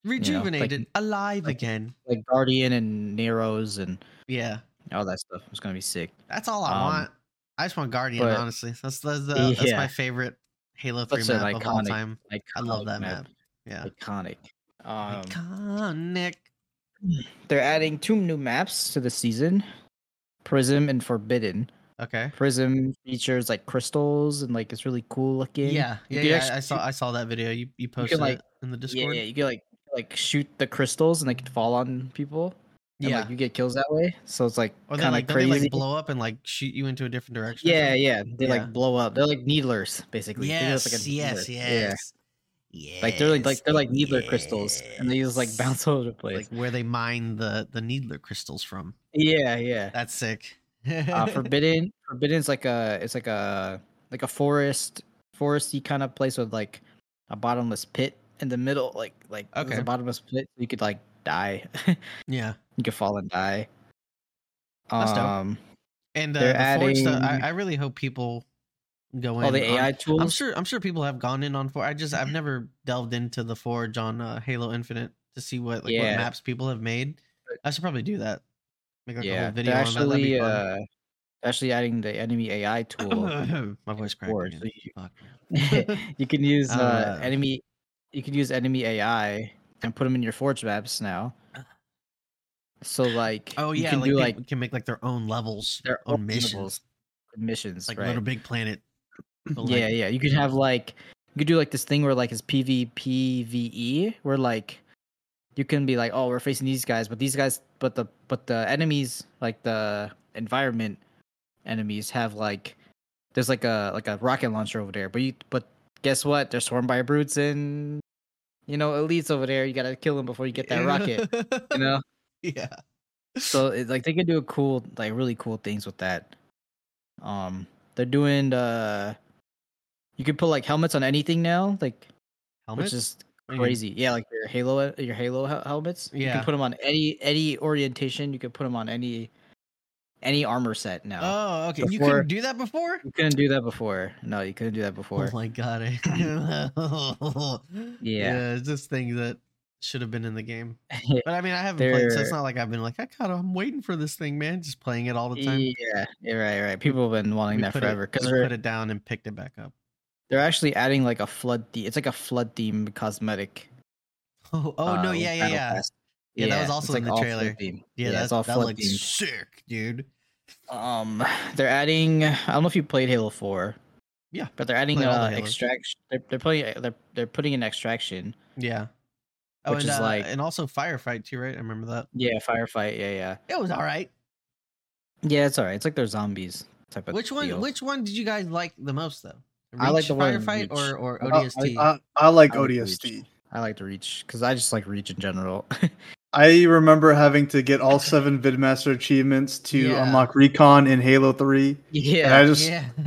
S2: like-
S1: rejuvenated, alive
S2: like-
S1: again.
S2: like Guardian and Nero's and
S1: Yeah,
S2: all that stuff. It's gonna be sick.
S1: that's all I
S2: Um,
S1: want. I just want Guardian,
S2: but-
S1: honestly. That's that's, the, that's
S2: Yeah.
S1: my favorite Halo Three
S2: Such an
S1: map of all
S2: iconic
S1: time.
S2: Like
S1: I love that map. Yeah,
S2: Iconic. Um,
S1: iconic.
S2: they're adding two new maps to the season: Prism and Forbidden.
S1: Okay.
S2: Prism features like crystals and like it's really cool looking.
S1: Yeah, yeah,
S2: could
S1: yeah.
S2: actually-
S1: I saw I saw that video. You you posted
S2: like-
S1: it in the
S2: yeah,
S1: Discord.
S2: yeah.
S1: Yeah,
S2: You can like like shoot the crystals and they can fall on people. and, like, you get kills that way. So it's like
S1: or they
S2: kind
S1: like
S2: of
S1: don't they
S2: crazy.
S1: like blow up and like shoot you into a different direction. or
S2: yeah,
S1: something?
S2: yeah. They
S1: Yeah.
S2: like blow up. They're like needlers, basically. They
S1: Yes,
S2: just, like, a
S1: yes,
S2: needler.
S1: yes, yes.
S2: Yeah. Like they're like, like they're like needler
S1: yes.
S2: crystals, and they just like bounce all over the place.
S1: like where they mine the the needler crystals from.
S2: yeah, yeah.
S1: That's sick.
S2: Uh, Forbidden, Forbidden's like a it's like a like a forest, foresty kind of place with like a bottomless pit in the middle, like like there's
S1: Okay.
S2: a bottomless pit. You could like die.
S1: yeah.
S2: you could fall and die.
S1: That's dope.
S2: Um,
S1: And uh,
S2: They're
S1: the Forge stuff, I,
S2: adding-
S1: I really hope people go in.
S2: all the
S1: on-
S2: AI tools. Mm-hmm.
S1: I'm sure. I'm sure people have gone in on Forge. I just I've never delved into the Forge on uh, Halo Infinite to see what like what
S2: Yeah.
S1: maps people have made. I should probably do that. Make like a whole
S2: they're
S1: video on that. That'd be
S2: actually,
S1: fun. Oh,
S2: uh, actually adding the enemy AI tool.
S1: My voice cracked.
S2: uh, Forge,
S1: again.
S2: so you-
S1: Fuck.
S2: you can use
S1: I
S2: uh,
S1: don't know.
S2: enemy. You can use enemy AI and put them in your forge maps now. So like,
S1: Uh. Oh
S2: you
S1: yeah,
S2: can
S1: like
S2: do
S1: people
S2: like
S1: can make like their own levels,
S2: their
S1: own
S2: own
S1: missions,
S2: missions, missions,
S1: like
S2: right?
S1: Little Big Planet. but, like,
S2: yeah, yeah. You could have like you could do like this thing where like it's PvPVE, E, where like you can be like, oh, we're facing these guys, but these guys, but the but the enemies, like the environment enemies, have like There's like a like a rocket launcher over there, but you but guess what? They're swarmed by brutes and you know elites over there. You gotta kill them before you get that rocket. You know,
S1: yeah.
S2: so it, like they can do a cool like really cool things with that. Um, they're doing uh, you can put like helmets on anything now, like
S1: Helmets?
S2: which is
S1: What do you mean?
S2: crazy. Yeah, like your Halo, your Halo hel- helmets. you
S1: Yeah.
S2: can put them on any any orientation. You can put them on any any armor set now.
S1: Oh, okay. You
S2: Before-
S1: couldn't do that before?
S2: you couldn't do that before. No, you couldn't do that before.
S1: Oh my god. it's this thing that should have been in the game. But I mean, I haven't played, so it's
S2: They're-
S1: not like I've been like, I kind of, I'm waiting for this thing, man. Just playing it all the time.
S2: yeah, you're right, you're right. People have been wanting
S1: We
S2: E, that
S1: put
S2: forever
S1: it,
S2: because
S1: we
S2: they're
S1: put it down and picked it back up.
S2: they're actually adding like a flood. The- it's like a flood themed cosmetic.
S1: Oh, oh no,
S2: uh,
S1: yeah, yeah,
S2: battle
S1: yeah.
S2: pass.
S1: Yeah, that was
S2: it's,
S1: also in the
S2: all
S1: trailer.
S2: flood themed.
S1: Yeah,
S2: it's
S1: that's
S2: all
S1: that
S2: flood
S1: looks
S2: themed.
S1: sick, dude.
S2: Um, they're adding. I don't know if you played Halo Four.
S1: Yeah,
S2: but they're adding
S1: played all the
S2: uh,
S1: Halos.
S2: extraction. They're they're playing. They're they're putting in extraction.
S1: Yeah. Oh,
S2: Which
S1: and,
S2: is
S1: uh,
S2: like-
S1: and also firefight too, right? I remember that.
S2: Yeah, firefight. Yeah, yeah,
S1: It was all right.
S2: yeah. It's alright. It's like they're zombies type of.
S1: which one?
S2: deal.
S1: Which one did you guys like the most though?
S2: I like
S1: Reach
S2: the one Oh, uh, in
S1: firefight
S2: Reach.
S1: or or
S3: I-
S1: ODST.
S3: I, I, I like
S2: I would do
S3: ODST.
S2: I like to reach because I just like reach in general.
S3: I remember having to get all seven Vidmaster achievements to
S1: Yeah.
S3: unlock Recon in Halo Three, and I
S2: yeah,
S3: just Mm,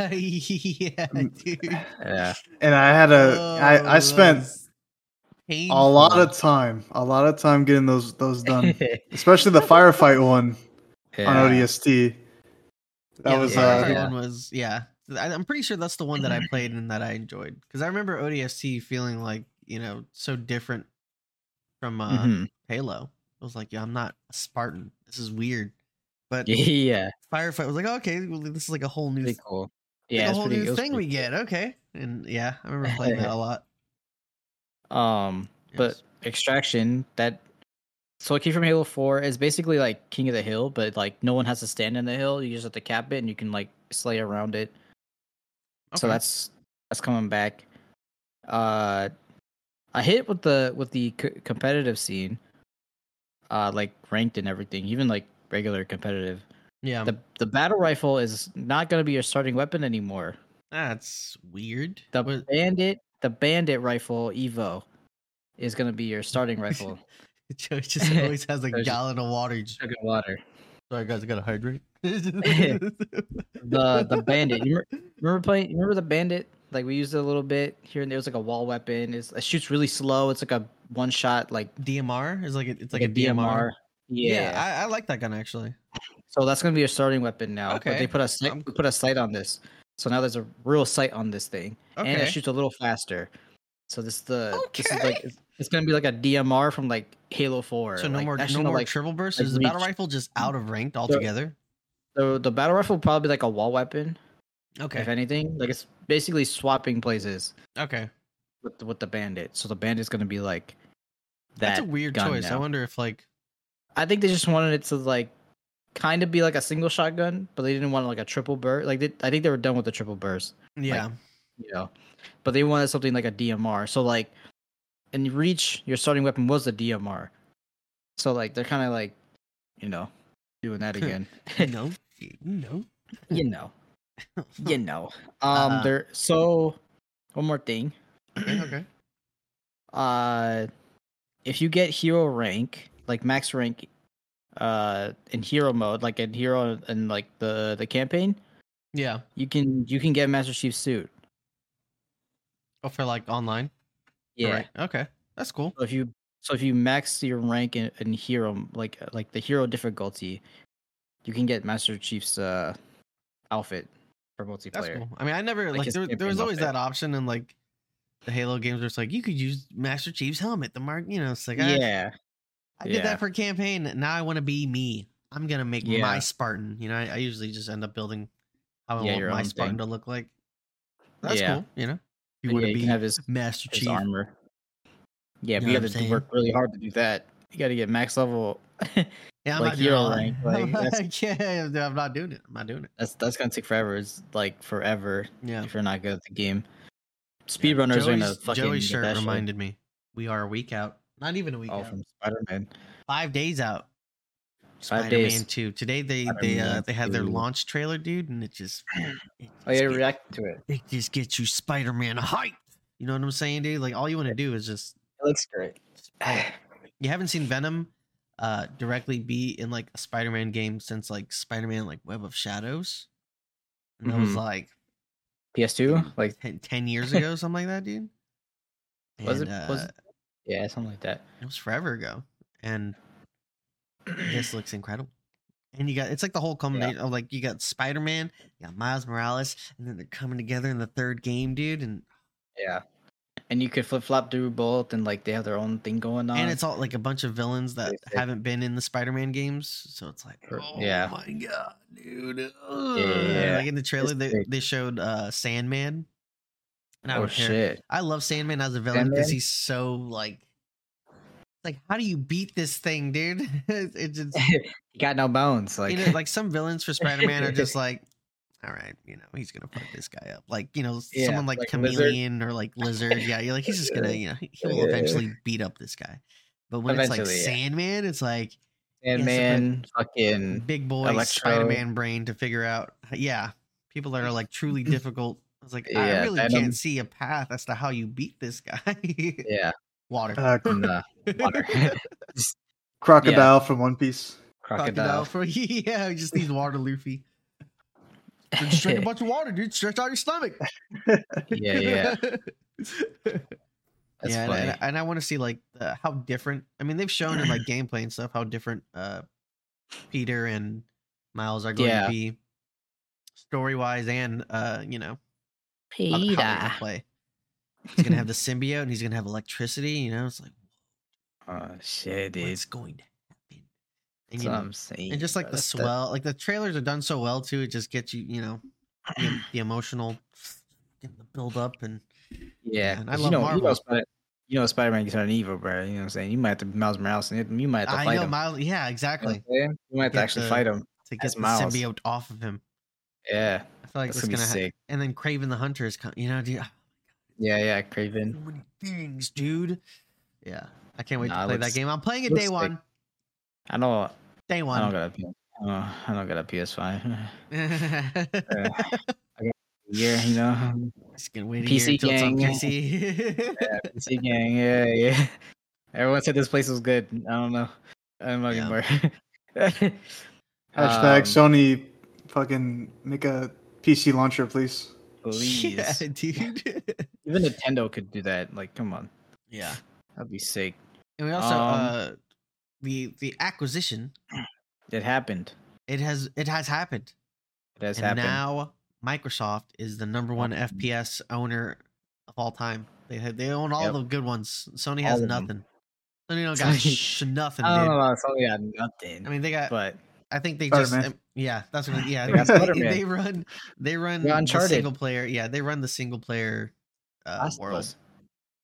S1: yeah, yeah, dude.
S2: yeah.
S3: and I had a I
S1: Oh,
S3: I
S1: that
S3: spent
S1: was
S3: a lot
S1: painful.
S3: of time, a lot of time getting those those
S2: Um,
S3: done, especially the firefight one
S2: Yeah.
S3: on ODST. That
S1: Yeah,
S3: was
S1: the
S3: uh,
S1: Firefight
S2: yeah.
S1: one was yeah. I, I'm pretty sure that's the one that I played and that I enjoyed because I remember ODST feeling like you know so different from uh,
S2: Mhm.
S1: Halo. I was like, yeah, I'm not a Spartan. This is weird. But
S2: yeah,
S1: Firefight was like, oh, okay, well, this is like a whole new
S2: pretty
S1: th-
S2: cool.
S1: like
S2: Yeah,
S1: a
S2: it's
S1: whole
S2: pretty, it
S1: new
S2: was
S1: thing we
S2: pretty
S1: get. Okay, and yeah, I remember playing that a lot.
S2: cool. Um, but
S1: Yes.
S2: extraction that so a key from Halo Four is basically like King of the Hill, but like no one has to stand in the hill. You just have to cap it, and you can like slay around it. So
S1: Okay.
S2: that's that's coming back. Uh, I hit with the with the c- competitive scene, uh, like ranked and everything, even like regular competitive.
S1: yeah,
S2: The the battle rifle is not gonna be your starting weapon anymore.
S1: that's weird.
S2: The
S1: What-
S2: bandit, the bandit rifle Evo, is gonna be your starting rifle.
S1: Joe just always has a
S2: There's-
S1: gallon of water. He's just,
S2: Sugar water.
S1: Sorry, guys, I gotta hydrate.
S2: The the bandit. You remember, remember playing? you Remember the bandit? Like we used it a little bit here and there. It was like a wall weapon. It's, it shoots really slow. It's like a one shot like
S1: DMR is like a, it's like, a DMR.
S2: Yeah.
S1: I, I like that gun actually.
S2: so that's gonna be your starting weapon now. But
S1: Okay,
S2: they put a sight,
S1: I'm-
S2: they put a sight on this. So now there's a real sight on this thing,
S1: Okay.
S2: and it shoots a little faster. So this the this is like
S1: Okay.
S2: it's, it's gonna be like a DMR from like Halo Four.
S1: so no
S2: like,
S1: more
S2: that's
S1: no
S2: gonna,
S1: more
S2: like,
S1: triple burst.
S2: like
S1: is the battle
S2: reach.
S1: rifle just out of ranked altogether?
S2: the the battle rifle will probably be like a wall weapon, if
S1: Okay.
S2: anything. Like it's basically swapping places
S1: Okay.
S2: with the, with the bandit. So the bandit's gonna be like that.
S1: That's a weird
S2: gun
S1: choice. I
S2: now.
S1: wonder if like
S2: I think they just wanted it to like kind of be like a single shotgun, but they didn't want like a triple burst. Like they, I think they were done with the triple burst.
S1: yeah.
S2: you know. But they wanted something like a DMR. So like in Reach, your starting weapon was the DMR. So like they're kind of like, you know, doing that again.
S1: no. No.
S2: you know, you know. Um,
S1: Uh-huh.
S2: there. So one more thing.
S1: Okay, okay.
S2: Uh, if you get hero rank, like max rank, uh, in hero mode, like in hero and like the the campaign,
S1: Yeah.
S2: you can you can get Master Chief's suit.
S1: Oh, for like online.
S2: Yeah.
S1: Alright, Okay. That's cool.
S2: So if you so if you max your rank in, in hero like like the hero difficulty, you can get Master Chief's uh outfit for multiplayer.
S1: That's cool. I mean, I never
S2: Like,
S1: like
S2: his
S1: there, there
S2: campaign
S1: was always
S2: outfit.
S1: that option in like the Halo games where it's like you could use Master Chief's helmet. The mark, you know, it's like ah, I,
S2: yeah.
S1: I did
S2: yeah.
S1: that for a campaign. Now I want to be me. I'm gonna make my
S2: Yeah.
S1: Spartan. You know, I, I usually just end up building how I
S2: Yeah,
S1: want
S2: your
S1: my
S2: own
S1: Spartan to
S2: thing.
S1: look like. That's
S2: Yeah.
S1: cool. You know,
S2: Yeah,
S1: you want to
S2: can
S1: be
S2: have his,
S1: Master
S2: his
S1: Chief.
S2: armor. Yeah,
S1: You
S2: but
S1: know
S2: you
S1: what
S2: have
S1: I'm
S2: to work really hard to do that. You got to get max level.
S1: Yeah,
S2: like,
S1: not doing
S2: hero
S1: all that.
S2: rank, like,
S1: I'm
S2: that's-
S1: like, yeah, dude, I'm not doing it. I'm not doing it.
S2: that's that's gonna take forever. It's like forever
S1: Yeah.
S2: if you're not good at the game.
S1: yeah.
S2: Speedrunners are gonna
S1: Joey's-
S2: fucking
S1: Joey's
S2: get
S1: shirt
S2: that shit.
S1: reminded me. We are a week out. Not even a week
S2: all
S1: out.
S2: from Spider Man.
S1: Five days out.
S2: Five
S1: Spider-Man
S2: days.
S1: Two. Today they they
S2: Spider-Man
S1: uh, they had their
S2: 2.
S1: launch trailer, dude, and it just it
S2: Oh, yeah,
S1: just get-
S2: react to it.
S1: it just gets you Spider Man hype. You know what I'm saying, dude? Like all you want to do is just
S2: It looks great.
S1: you haven't seen Venom uh directly be in like a Spider Man game since like Spider Man like Web of Shadows. And that was
S2: Mhm.
S1: like
S2: PS2, like
S1: 10, 10 years ago, something like that, dude.
S2: Was it-
S1: And,
S2: was
S1: uh,
S2: it- yeah, something like that.
S1: it was forever ago. And this looks incredible. And you got it's like the whole combination of like you got Spider Man, you got Miles Morales, and then they're coming together in the third game, dude. And
S2: Yeah, and you could flip flop through both, and like they have their own thing going on.
S1: and it's all like a bunch of villains that
S2: Uh, Basic.
S1: haven't been in the Spider Man games, so it's like,
S2: Per-
S1: oh
S2: yeah.
S1: my god, dude!
S2: yeah,
S1: Like in the trailer, they,
S2: big.
S1: they showed uh Sandman, and I
S2: oh
S1: don't care.
S2: shit.
S1: I love Sandman as a villain because
S2: Sandman?
S1: he's so like, like how do you beat this thing, dude? It's it's just
S2: You got no bones. Like,
S1: you know, like some villains for Spider Man are just like, all right, you know, he's gonna fuck this guy up. Like, you know, s-
S2: Yeah,
S1: someone like,
S2: like Lizard.
S1: Chameleon or like Lizard. Yeah, you're like, he's just gonna, you know, he he will
S2: Yeah.
S1: eventually beat up this guy. But when it's like
S2: Eventually, yeah.
S1: Sandman, it's like
S2: Sandman, fucking
S1: big boy
S2: Mm. Electro.
S1: Spider Man brain to figure out. Yeah, people that are like truly difficult. I was like, I
S2: Yeah,
S1: really
S2: Venom.
S1: can't see a path as to how you beat this guy.
S2: yeah,
S1: Water.
S3: Uh,
S2: and, uh, water.
S3: crocodile from One Piece.
S1: crocodile.
S2: crocodile.
S1: for yeah, he just needs water, Luffy. Just drink a bunch of water, dude. Stretch out your stomach.
S2: yeah, yeah, that's
S1: yeah, and-
S2: funny.
S1: and, and I want to see like uh, how different. I mean, they've shown in like gameplay and stuff how different uh Peter and Miles are going
S2: Yeah.
S1: to be story wise, and uh, you know, how, the- how they're gonna
S2: Peter.
S1: play. He's gonna have the symbiote, and he's gonna have electricity. You know, it's like
S2: Oh shit, dude.
S1: what's going to happen? And,
S2: That's
S1: you
S2: what
S1: know,
S2: I'm saying.
S1: and just like
S2: bro.
S1: the
S2: That's
S1: swell, like the trailers are done so well too. It just gets you, you know, the, the emotional, getting the build up, and
S2: Yeah,
S1: and I
S2: 'cause
S1: love
S2: you know, You know,
S1: Marvel.
S2: Spider- you know Spider-Man can turn evil, bro. You know what I'm saying? You might have to Miles Morales, and you might have to
S1: I
S2: fight
S1: know,
S2: him.
S1: Miles, yeah,
S2: you, know
S1: exactly.
S2: what I'm saying? you might have to
S1: Get
S2: actually
S1: the-
S2: fight
S1: to
S2: him. As
S1: get the
S2: Miles.
S1: symbiote off of him.
S2: Yeah,
S1: I feel like
S2: that's
S1: that's
S2: gonna be
S1: gonna, happen.
S2: sick.
S1: And then Craven the Hunter is coming. You know, dude, ah,
S2: Yeah, yeah,
S1: so
S2: Craven.
S1: many things, dude. Yeah, I can't wait
S2: Nah,
S1: to
S2: it
S1: play
S2: looks-
S1: that game. I'm playing it
S2: looks
S1: day
S2: sick.
S1: one.
S2: I know.
S1: Day
S2: I don't
S1: one.
S2: got a P- I don't- I don't got a PS5.
S1: Just
S2: Yeah, you know,
S1: gonna wait a
S2: PC
S1: year till it's on
S2: gang.
S1: PC.
S2: yeah, PC gang. Yeah, yeah. Everyone said this place was good. I don't know. I don't know
S1: Yeah.
S2: anymore.
S3: Hashtag
S2: Um,
S3: Sony, fucking make a PC launcher, please.
S2: Please,
S1: yeah, dude.
S2: even Nintendo could do that. Like, come on,
S1: yeah,
S2: that'd be sick.
S1: and we also
S2: Um,
S1: uh, the the acquisition.
S2: It happened.
S1: It has it has happened,
S2: It has
S1: and
S2: happened.
S1: now Microsoft is the number one
S2: Awesome.
S1: FPS owner of all time. They ha- they own all
S2: Yep.
S1: the good ones. Sony
S2: All
S1: has
S2: of 'em.
S1: nothing. Sony don't got
S2: Sony- Oh.
S1: sh- nothing.
S2: I
S1: dude.
S2: don't know about Sony got nothing,
S1: I mean, they got.
S2: but
S1: I think they just.
S3: Spider-Man.
S1: um, Yeah, that's what. Yeah,
S2: They got
S1: they,
S2: Spider-Man.
S1: they run. They run
S2: They got
S1: the
S2: Uncharted.
S1: single player. Yeah, they run the single player uh,
S2: Last of
S1: world.
S2: Us.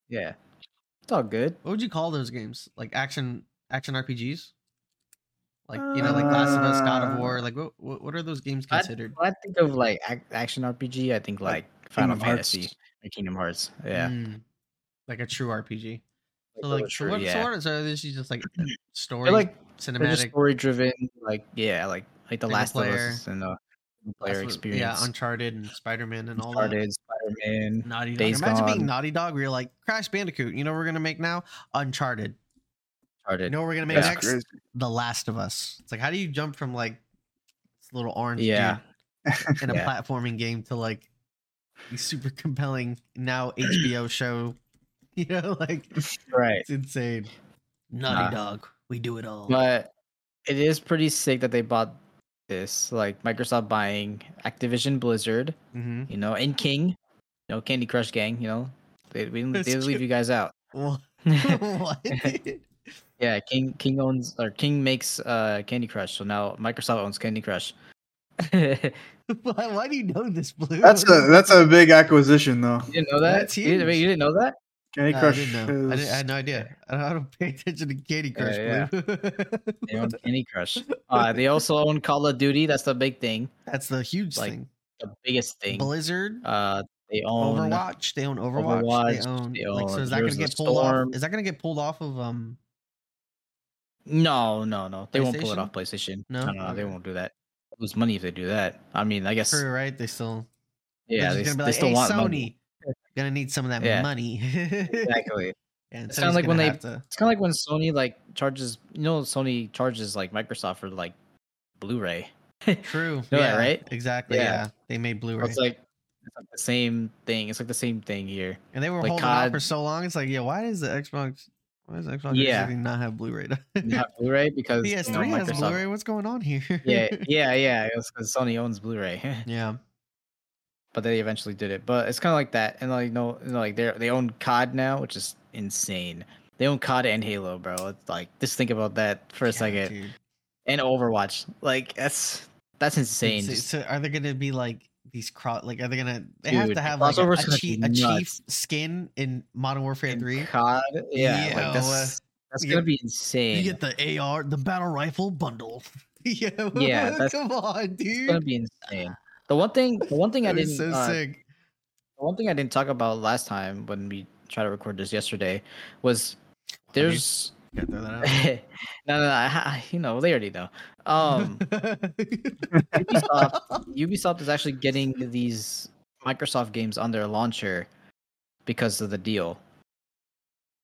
S2: Yeah, it's all good.
S1: What would you call those games? Like action action RPGs. Like you know, like Last of Us, God of
S3: Uh,
S1: War. Like what what, what are those games
S2: I-
S1: considered?
S2: When I think of like ac- action RPG, I think like Final
S3: Kingdom Hearts.
S2: Fantasy or Kingdom Hearts. Yeah,
S1: Mm, like a true RPG. So
S2: those
S1: like,
S2: are
S1: so
S2: true,
S1: what, so
S2: yeah.
S1: what are- so this is just like story,
S2: They're like they're just
S1: cinematic
S2: story driven. Like yeah, like like the
S1: Single
S2: Last
S1: player.
S2: of Us and the
S1: that's
S2: player
S1: what-
S2: experience.
S1: Yeah, Uncharted and Spider Man and all that.
S2: Uncharted, Spider Man.
S1: Naughty Dog.
S2: Days
S1: Imagine being
S2: Gone.
S1: Naughty Dog. where you are like Crash Bandicoot. You know what we're gonna make now Uncharted. You
S2: Uncharted.
S1: know what we're gonna make
S2: That's
S1: next The Last of Us. It's like how do you jump from like this little orange
S2: Yeah.
S1: dude in a
S2: Yeah.
S1: platforming game to like these super compelling now HBO show? You know, like
S2: Right,
S1: it's insane. Naughty
S2: Nah.
S1: Dog. We do it all.
S2: but it is pretty sick that they bought this. Like Microsoft buying Activision Blizzard.
S1: hmm
S2: you know, and King, you know, Candy Crush Gang, you know, they, we didn't, they
S1: That's
S2: didn't leave
S1: cute.
S2: you guys out.
S1: What? dude?
S2: yeah, King King owns or King makes uh Candy Crush, so now Microsoft owns Candy Crush. you
S1: why, why do you know this, Blue?
S3: That's
S1: What
S3: a
S1: is-
S3: that's a big acquisition though.
S2: didn't know that?
S1: That's
S2: You didn't, wait, you didn't know that?
S3: Candy
S1: No, I
S3: Crush
S1: didn't know. I,
S3: is
S1: didn't- I had no idea. I don't, I don't pay attention to Candy Crush,
S2: yeah. They
S1: Blue.
S2: own Candy Crush. Uh, they also own Call of Duty. That's the big thing,
S1: That's the huge
S2: Like,
S1: thing.
S2: the biggest thing.
S1: Blizzard,
S2: Uh, they own
S1: Overwatch. They own Overwatch. they
S2: Overwatch,
S1: own.
S2: they
S1: like, so
S2: own
S1: is that gonna
S2: Heroes of the
S1: get pulled off?
S2: Storm.
S1: Is that gonna get pulled off of um?
S2: No, no, no. They won't pull it off PlayStation.
S1: No?
S2: No, no, they
S1: Okay.
S2: won't do that. Lose money if they do that. I mean, I guess.
S1: True, right? They still they're
S2: Yeah,
S1: just
S2: they,
S1: gonna be
S2: they
S1: like,
S2: still
S1: "Hey,
S2: want
S1: Sony,
S2: money.
S1: gonna need some of that
S2: Yeah.
S1: money.
S2: Exactly.
S1: and
S2: Sound
S1: Sony's
S2: like
S1: gonna
S2: when they-
S1: have to-
S2: It's kind of like when Sony like charges. You know, Sony charges like Microsoft for like Blu-ray.
S1: True.
S2: Know
S1: yeah,
S2: that, right?
S1: Exactly. Yeah.
S2: Yeah.
S1: They made Blu-ray.
S2: It's like it's like the same thing. It's like the same thing here.
S1: and they were
S2: like
S1: holding out
S2: COD.
S1: for so long. It's like, yeah, why does the Xbox why does Xbox
S2: Yeah.
S1: 360 not have Blu-ray?
S2: Not Blu-ray because you know,
S1: PS3 has
S2: Microsoft-
S1: Blu-ray. What's going on here?
S2: yeah, yeah, yeah. It was because Sony owns Blu-ray,
S1: yeah.
S2: but they eventually did it. But it's kind of like that, and like no, you know, like they they own COD now, which is insane. They own COD and Halo, bro. It's like just think about that for a
S1: Yeah,
S2: second,
S1: dude.
S2: and Overwatch. Like that's that's insane.
S1: So,
S2: Just-
S1: so are there gonna be like these cross? Like, are they gonna? They have
S2: Dude,
S1: to have like a,
S2: crossovers
S1: a,
S2: gonna
S1: chief,
S2: be
S1: a chief
S2: nuts.
S1: skin in Modern Warfare
S2: and
S1: Three.
S2: COD, yeah,
S1: Yo,
S2: like that's that's
S1: you
S2: gonna
S1: get-
S2: be insane.
S1: You get the AR, the battle rifle bundle. Yo,
S2: Yeah, that's-
S1: come on,
S2: it's
S1: dude.
S2: gonna be insane. The one thing, the one thing I
S1: That'd be
S2: didn't
S1: so
S2: uh,
S1: sick.
S2: The one thing I didn't talk about last time when we tried to record this yesterday was
S1: do you-
S2: there's
S1: Gotta throw
S2: no, no, no, I, I- you know they already know. Um,
S1: that
S2: Ubisoft,
S1: out.
S2: Ubisoft is actually getting these Microsoft games on their launcher because of the deal.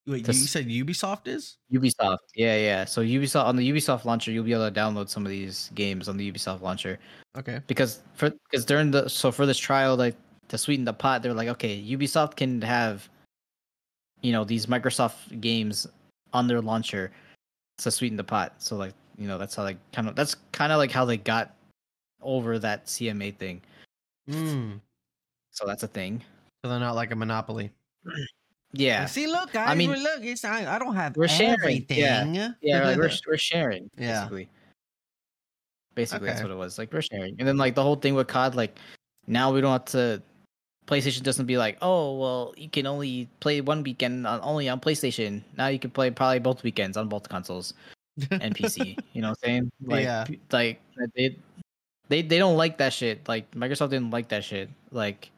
S1: Wait, you,
S2: this-
S1: you said Ubisoft is?
S2: Ubisoft, yeah, yeah. So Ubisoft on the Ubisoft launcher, you'll be able to download some of these games on the Ubisoft launcher.
S1: Okay.
S2: because for because during the so for this trial like to sweeten the pot they're like okay ubisoft can have you know these microsoft games on their launcher to sweeten the pot so like you know that's how they kind of that's kind of like how they got over that cma thing
S1: Mm.
S2: so that's a thing
S1: So they're not like a monopoly.
S2: yeah
S1: Like, See, look, guys, I
S2: mean,
S1: mean, look, it's I, I don't have
S2: we're sharing,
S1: everything.
S2: yeah. yeah like we're, sh- we're sharing
S1: Yeah.
S2: basically basically that's
S1: Okay.
S2: what it was like we're sharing and then like the whole thing with cod like now we don't have to playstation doesn't be like oh well you can only play one weekend on, only on playstation now you can play probably both weekends on both consoles and pc you know what i'm saying like
S1: Yeah.
S2: p- like they, they they don't like that shit like microsoft didn't like that shit like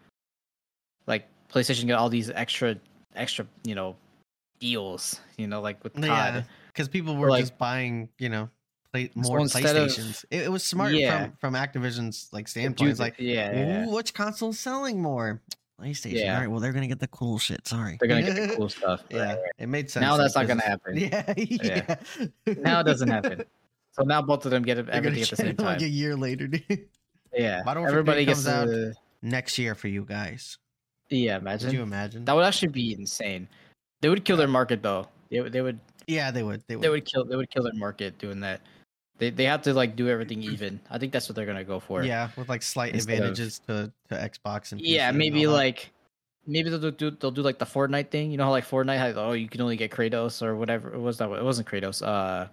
S2: like playstation got all these extra extra you know deals you know like with cod
S1: Yeah. because people were
S2: like-
S1: just buying, you know, play, more
S2: instead of-
S1: PlayStations. it, it was smart
S2: Yeah.
S1: from from Activision's like
S2: Do
S1: standpoint. It's
S2: the-
S1: like,
S2: yeah, yeah, yeah.
S1: Ooh, which console's selling more? PlayStation.
S2: Yeah.
S1: All right, well, they're gonna get the cool shit. Sorry,
S2: They're gonna get the cool stuff.
S1: yeah,
S2: right?
S1: it made sense.
S2: Now
S1: like,
S2: that's not gonna
S1: business-
S2: happen.
S1: Yeah, yeah.
S2: Now it doesn't happen. So now both of them get
S1: They're gonna
S2: everything at the
S1: get
S2: same
S1: it, like a
S2: time.
S1: year later, dude.
S2: Yeah.
S1: Modern Warfare
S2: Everybody
S1: 3
S2: gets
S1: comes out.
S2: the
S1: Next year for you guys.
S2: Yeah,
S1: Could you
S2: imagine.
S1: imagine?
S2: That would actually be insane. They would kill their market though. They would they would
S1: yeah, they would. They would.
S2: they would kill they would kill their market doing that. They they have to like do everything even. I think that's what they're gonna go for.
S1: yeah, with like slight
S2: Instead of-
S1: advantages to, to Xbox and PC
S2: Yeah,
S1: and
S2: maybe
S1: all that.
S2: like maybe they'll do they'll do like the Fortnite thing. You know how like Fortnite had oh you can only get Kratos or whatever. It was that it wasn't Kratos. Uh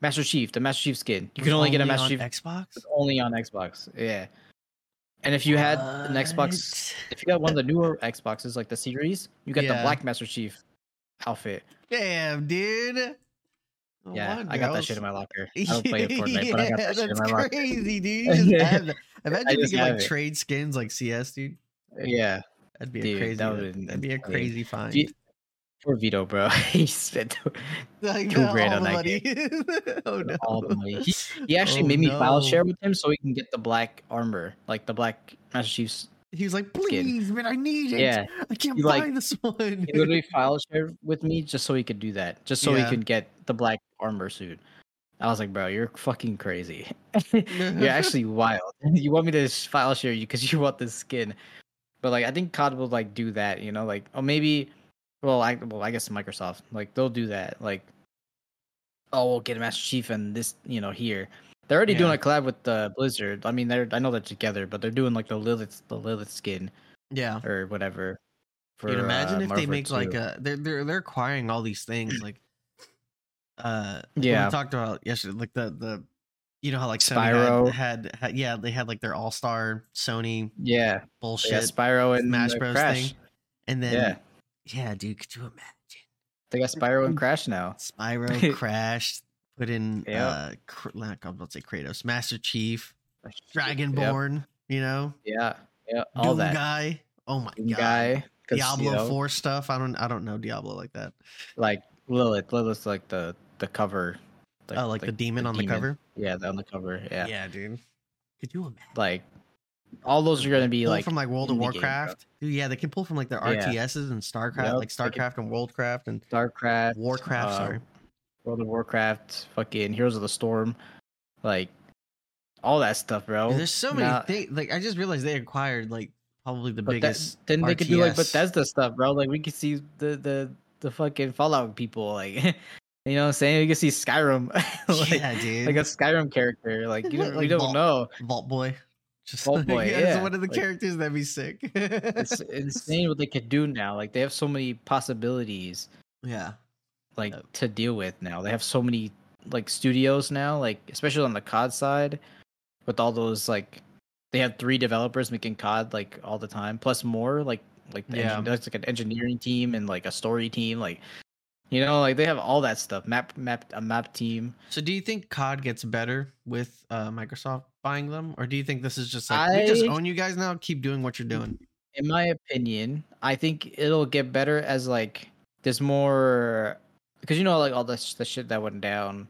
S2: Master Chief, the Master Chief skin. You
S1: It
S2: can
S1: was
S2: only get a
S1: only
S2: Master
S1: on
S2: Chief
S1: Xbox.
S2: It's only on Xbox. Yeah. And if you had an Xbox,
S1: What?
S2: if you got one of the newer Xboxes, like the series, you got
S1: Yeah.
S2: the Black Master Chief outfit.
S1: Damn, dude. No
S2: yeah,
S1: wonder,
S2: I got that
S1: was-
S2: shit in my locker. I don't play Fortnite, but I got that shit in
S1: that's
S2: my locker.
S1: crazy, dude. You just
S2: Yeah.
S1: have that. Imagine if
S2: just
S1: you could like
S2: have it.
S1: trade skins like CS, dude.
S2: Yeah,
S1: That'd be a
S2: Dude,
S1: crazy.
S2: that
S1: That
S2: would've been
S1: would be a
S2: insane.
S1: crazy find.
S2: you- poor Vito, bro. he spent
S1: like,
S2: two
S1: all
S2: grand
S1: the
S2: on that
S1: money. oh no!
S2: all the money. He, he actually
S1: Oh,
S2: made me file
S1: no.
S2: share with him so he can get the black armor, like the Black Master Chief's.
S1: He was like, "Please, man, I need it.
S2: Yeah,
S1: I can't
S2: He,
S1: buy
S2: like-
S1: this one."
S2: he literally file shared with me just so he could do that, just so
S1: Yeah.
S2: he could get the black armor suit. I was like, bro, you're fucking crazy. You're actually wild. You want me to sh- file share you because you want this skin, but like I think COD will like do that. You know, like oh maybe, well I well I guess Microsoft like they'll do that. Like oh we'll get a Master Chief and this you know here. They're already doing
S1: Yeah.
S2: a collab with uh, Blizzard. I mean, they're I know they're together, but they're doing like the Lilith the Lilith skin
S1: yeah.
S2: or whatever. For,
S1: Dude, imagine
S2: uh,
S1: if they
S2: Marvel
S1: make like
S2: 2.
S1: a they're they're they're acquiring all these things like uh like what
S2: Yeah.
S1: we talked about yesterday like the the you know how like Sony
S2: Spyro.
S1: had, had, had yeah they had like their all star Sony
S2: yeah,
S1: bullshit
S2: yeah Spyro and
S1: Smash
S2: uh,
S1: Bros
S2: Crash.
S1: thing and then yeah.
S2: Yeah.
S1: dude could you imagine
S2: They got Spyro and Crash now.
S1: Spyro crashed put in
S2: Yep.
S1: uh Kr- like I'm about to say Kratos Master Chief Dragonborn you know
S2: Yeah, yeah, all
S1: Doom
S2: that
S1: guy oh my
S2: Doom
S1: god
S2: guy. 'cause,
S1: Diablo
S2: you know,
S1: Four stuff I don't I don't know Diablo like that
S2: like Lilith. Lilith's like the the cover
S1: Oh, like the demon on the cover?
S2: Yeah, the- on the cover. Yeah.
S1: dude. Could you imagine?
S2: Like all those are gonna be
S1: Pull
S2: like
S1: from like World of
S2: indie games, bro.
S1: Warcraft. Dude, yeah, they can pull from like their
S2: Yeah.
S1: RTSs and StarCraft,
S2: Yep,
S1: like
S2: they can-
S1: StarCraft and WorldCraft and
S2: StarCraft,
S1: Warcraft.
S2: uh,
S1: sorry.
S2: World of Warcraft, fucking Heroes of the Storm, like all that stuff, bro.
S1: Dude, there's so many
S2: Nah,
S1: things. Like I just realized they acquired like probably the
S2: but that-
S1: biggest.
S2: then they could do like
S1: RTS.
S2: Bethesda stuff, bro. Like we could see the the the fucking Fallout people, like you know what I'm saying? We could see Skyrim, like,
S1: yeah, dude.
S2: like a Skyrim character. Like you don't,
S1: Like
S2: we don't
S1: Vault-
S2: know.
S1: Vault Boy. Just
S2: Vault Boy,
S1: it's
S2: yeah,
S1: one of the
S2: like-
S1: characters that'd be sick.
S2: It's insane what they could do now. Like they have so many possibilities.
S1: yeah.
S2: like
S1: Yep.
S2: to deal with now. They have so many like studios now, like especially on the COD side, with all those like they have three developers making COD like all the time, plus more like like the
S1: Yeah.
S2: engin- that's like an engineering team and like a story team, like you know, like they have all that stuff. Map map a map team.
S1: So do you think COD gets better with uh, Microsoft buying them, or do you think this is just like we just
S2: I-
S1: own you guys now? Keep doing what you're doing.
S2: in my opinion, I think it'll get better as like there's more because you know like all the sh- the shit that went down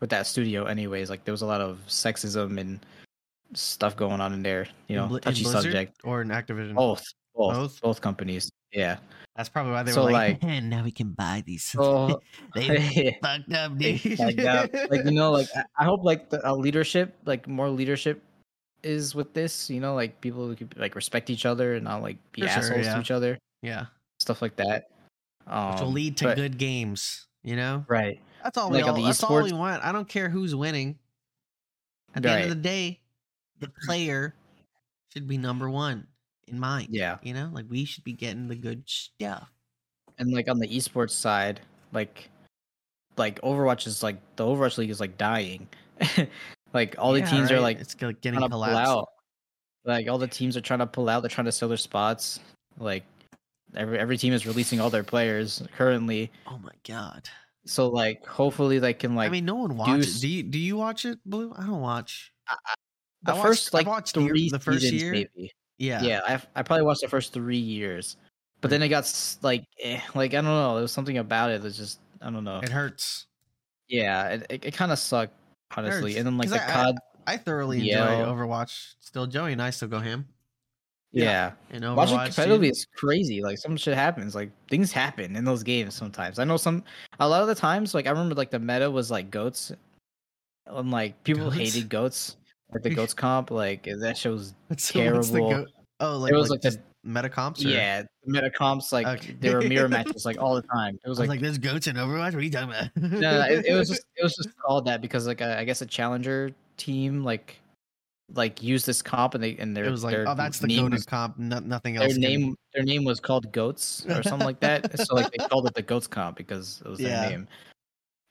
S2: with that studio, anyways. Like there was a lot of sexism and stuff going on in there.
S1: In
S2: You know,
S1: Bli- in
S2: touchy
S1: Blizzard
S2: subject. Oh.
S1: or in Activision.
S2: Both, both,
S1: Both?
S2: both, companies. Yeah.
S1: that's probably why they
S2: so,
S1: were like,
S2: like-
S1: "Man, now we can buy these.
S2: So
S1: they
S2: like,
S1: fucked up, dude.
S2: that, like you know, like I- I hope like the uh, leadership, like more leadership is with this. You know, like people who could like respect each other and not like be
S1: For sure,
S2: assholes
S1: yeah.
S2: to each other.
S1: yeah,
S2: stuff like that. Um,
S1: which will lead to
S2: but-
S1: good games. You know,
S2: Right.
S1: that's all we
S2: Like on
S1: all,
S2: the
S1: that's all we
S2: esports-
S1: want. I don't care who's winning. At the end of
S2: Right.
S1: the day, the player should be number one in mind.
S2: Yeah.
S1: You know, like we should be getting the good stuff.
S2: And like on the esports side, like like Overwatch is like the Overwatch League is like dying. like all the
S1: Yeah,
S2: teams are
S1: right?
S2: like
S1: it's g- getting
S2: trying to pull
S1: collapsed.
S2: out. Like all the teams are trying to pull out, they're trying to sell their spots. Like every every team is releasing all their players currently.
S1: Oh my god!
S2: So like hopefully they can like
S1: I mean, no one watches.
S2: s-
S1: Do you, do you watch it, Blue? I don't watch. I
S2: the
S1: watched-
S2: first
S1: I
S2: like
S1: watched the-
S2: three
S1: the first
S2: seasons,
S1: year.
S2: maybe.
S1: Yeah, Hmm.
S2: yeah, I, I probably watched the first three years, but then it got s- like eh, like I don't know, there was something about it that's just I don't know.
S1: it hurts.
S2: yeah, it, it, it kind of sucked honestly.
S1: hurts,
S2: And then like
S1: 'cause
S2: the
S1: I- I-
S2: COD,
S1: I thoroughly enjoy
S2: Yeah.
S1: Overwatch. Still, Joey and I still go ham.
S2: yeah,
S1: And Overwatch
S2: watching
S1: dude.
S2: competitively is crazy. Like some shit happens, like things happen in those games sometimes. I know some a lot of the times, like I remember like the meta was like goats, and like people
S1: Goats?
S2: hated goats. Like the goats comp, like eh, that shows
S1: What's the- what's the
S2: terrible.
S1: go- oh, like
S2: it was like,
S1: just
S2: the
S1: meta comps. Or,
S2: yeah meta comps like
S1: Okay.
S2: they were mirror matches like all the time. It was
S1: I was
S2: like
S1: like, there's goats in Overwatch. What are you talking about?
S2: no, no, it, it was just it was just called that because like I I guess a challenger team like like used this comp and they and their
S1: It was like,
S2: their
S1: oh, that's the
S2: name
S1: goated
S2: was-
S1: comp. No, nothing
S2: their
S1: else. can-
S2: name their name was called goats or something like that so like they called it the goats comp because it was
S1: Yeah.
S2: their name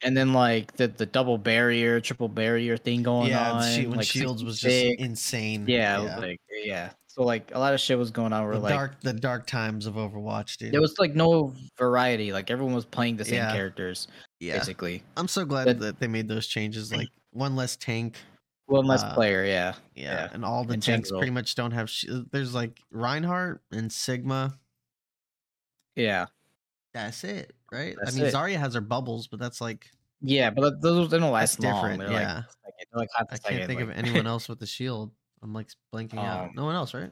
S2: and then like the the double barrier triple barrier thing going
S1: yeah,
S2: on
S1: and she, when
S2: like
S1: Shields was just
S2: 66.
S1: insane.
S2: yeah, like yeah so like a lot of shit was going on where
S1: the
S2: like
S1: dark, the dark times of Overwatch, dude.
S2: there was like no variety like everyone was playing the same
S1: Yeah.
S2: characters
S1: yeah.
S2: basically
S1: I'm so glad
S2: But-
S1: that they made those changes. Like one less tank.
S2: one less
S1: Uh,
S2: player yeah
S1: Yeah,
S2: Yeah,
S1: and all the
S2: in
S1: tanks
S2: general.
S1: pretty much don't have. Sh- there's like Reinhardt and Sigma.
S2: yeah
S1: That's it, right?
S2: That's
S1: I mean,
S2: it.
S1: Zarya has her bubbles, but that's like
S2: Yeah, but th- those they don't last
S1: that's
S2: long.
S1: different.
S2: They're
S1: yeah,
S2: like, second- they're like half a
S1: I
S2: second,
S1: can't think of
S2: like-
S1: anyone else with the shield. I'm like blanking out.
S2: Um,
S1: No one else, right?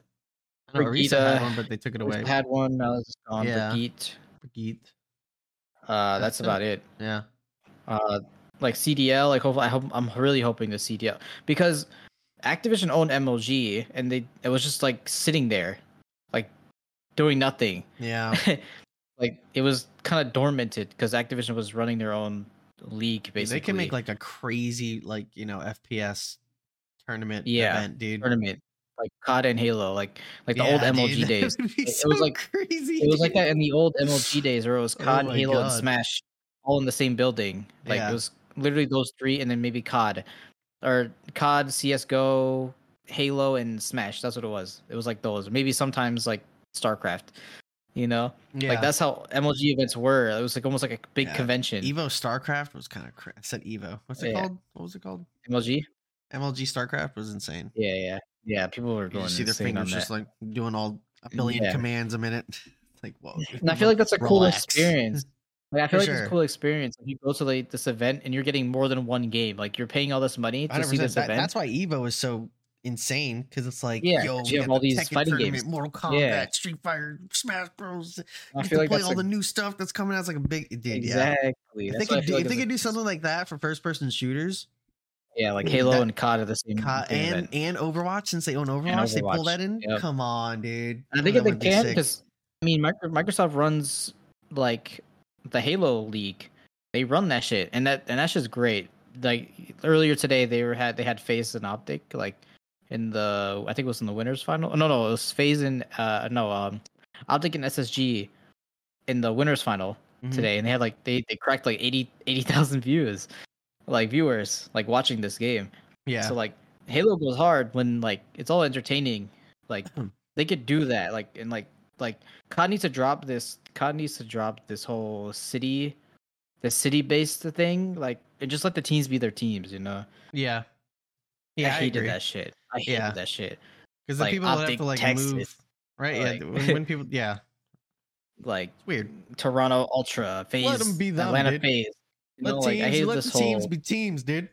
S1: I know Arisa had
S2: Brigitte-
S1: one, but they took it
S2: We've
S1: away.
S2: had one. Now it's gone.
S1: Yeah.
S2: Brigitte.
S1: Brigitte.
S2: Uh, that's,
S1: That's it.
S2: about it.
S1: Yeah,
S2: Uh, like CDL. Like hopefully, I hope I'm really hoping the CDL because Activision owned MLG and they it was just like sitting there, like doing nothing.
S1: yeah,
S2: like it was kind of dormanted because Activision was running their own league
S1: Dude,
S2: basically.
S1: they can make like a crazy like you know FPS tournament
S2: Yeah,
S1: event, dude.
S2: tournament like COD and Halo, like like the old
S1: Yeah, dude,
S2: MLG
S1: that
S2: days.
S1: would be
S2: It- it
S1: so
S2: was like-
S1: crazy.
S2: It was like
S1: dude.
S2: that in the old MLG days where it was
S1: Oh
S2: COD,
S1: my
S2: Halo, and
S1: God.
S2: Smash all in the same building. Like
S1: Yeah.
S2: it was literally those three and then maybe COD. Or COD, CSGO, Halo, and Smash. That's what it was. It was like those. Maybe sometimes like StarCraft. You know?
S1: Yeah.
S2: Like that's how MLG events were. It was like almost like a big
S1: Yeah.
S2: convention.
S1: Evo StarCraft was kind of cra- I said Evo. What's it
S2: Yeah.
S1: called? What was it called?
S2: MLG?
S1: MLG StarCraft was insane.
S2: Yeah, yeah. Yeah. People were
S1: You
S2: going
S1: just see their
S2: insane on
S1: fingers
S2: that.
S1: just like doing all a billion
S2: Yeah.
S1: commands a minute. It's like whoa.
S2: and I feel like that's a cool
S1: relax.
S2: experience. Like, I feel
S1: For
S2: like it's
S1: sure.
S2: a cool experience. If you go to like this event and you're getting more than one game, like you're paying all this money to see
S1: 100%.
S2: this
S1: That-
S2: event.
S1: that's why Evo is so insane because it's like,
S2: Yeah,
S1: yo,
S2: 'cause
S1: we
S2: you have
S1: got
S2: all
S1: the
S2: these
S1: Tekken
S2: fighting
S1: tournament,
S2: games.
S1: Mortal Kombat,
S2: Yeah.
S1: Street Fighter, Smash Bros.
S2: I
S1: Get
S2: feel
S1: to
S2: like
S1: play
S2: that's
S1: all
S2: like,
S1: the new stuff that's coming out. It's like a big dude, yeah.
S2: exactly.
S1: If
S2: That's
S1: they
S2: why I
S1: could, do,
S2: feel like
S1: if they
S2: it's
S1: could do
S2: like-
S1: something like that for first-person shooters,
S2: yeah, like
S1: Mm,
S2: Halo
S1: that-
S2: and COD are the same.
S1: co-
S2: thing
S1: and
S2: event.
S1: and Overwatch, since they own Overwatch, they pull
S2: Overwatch,
S1: that in.
S2: yep.
S1: Come on, dude.
S2: I think
S1: that
S2: if they
S1: would be
S2: can,
S1: sick.
S2: because I mean, Micro- Microsoft runs like the Halo League. They run that shit, and that and that's just great. Like earlier today, they were had they had Phase and Optic like in the I think it was in the winners final. No, no, it was Phase and uh no um Optic and SSG in the winners final
S1: Mhm.
S2: today, and they had like they they cracked like 80 80,000 views, like viewers like watching this game.
S1: yeah,
S2: So like Halo goes hard when like it's all entertaining. Like
S1: Hmm.
S2: they could do that. Like and like like COD needs to drop this. COD needs to drop this whole city, the city based thing. Like and just let the teams be their teams. You know.
S1: yeah,
S2: I
S1: yeah. I,
S2: hated
S1: agree.
S2: that shit. I hated
S1: Yeah.
S2: that shit.
S1: because the
S2: like,
S1: people that have
S2: Optic
S1: to like
S2: Texas,
S1: move, right?
S2: like-
S1: yeah, when, when people, yeah,
S2: Like
S1: it's weird.
S2: Toronto Ultra phase,
S1: them be them,
S2: Atlanta
S1: dude.
S2: phase. You
S1: Let
S2: know,
S1: teams,
S2: like I hated
S1: let
S2: this
S1: the
S2: whole.
S1: teams be teams, dude.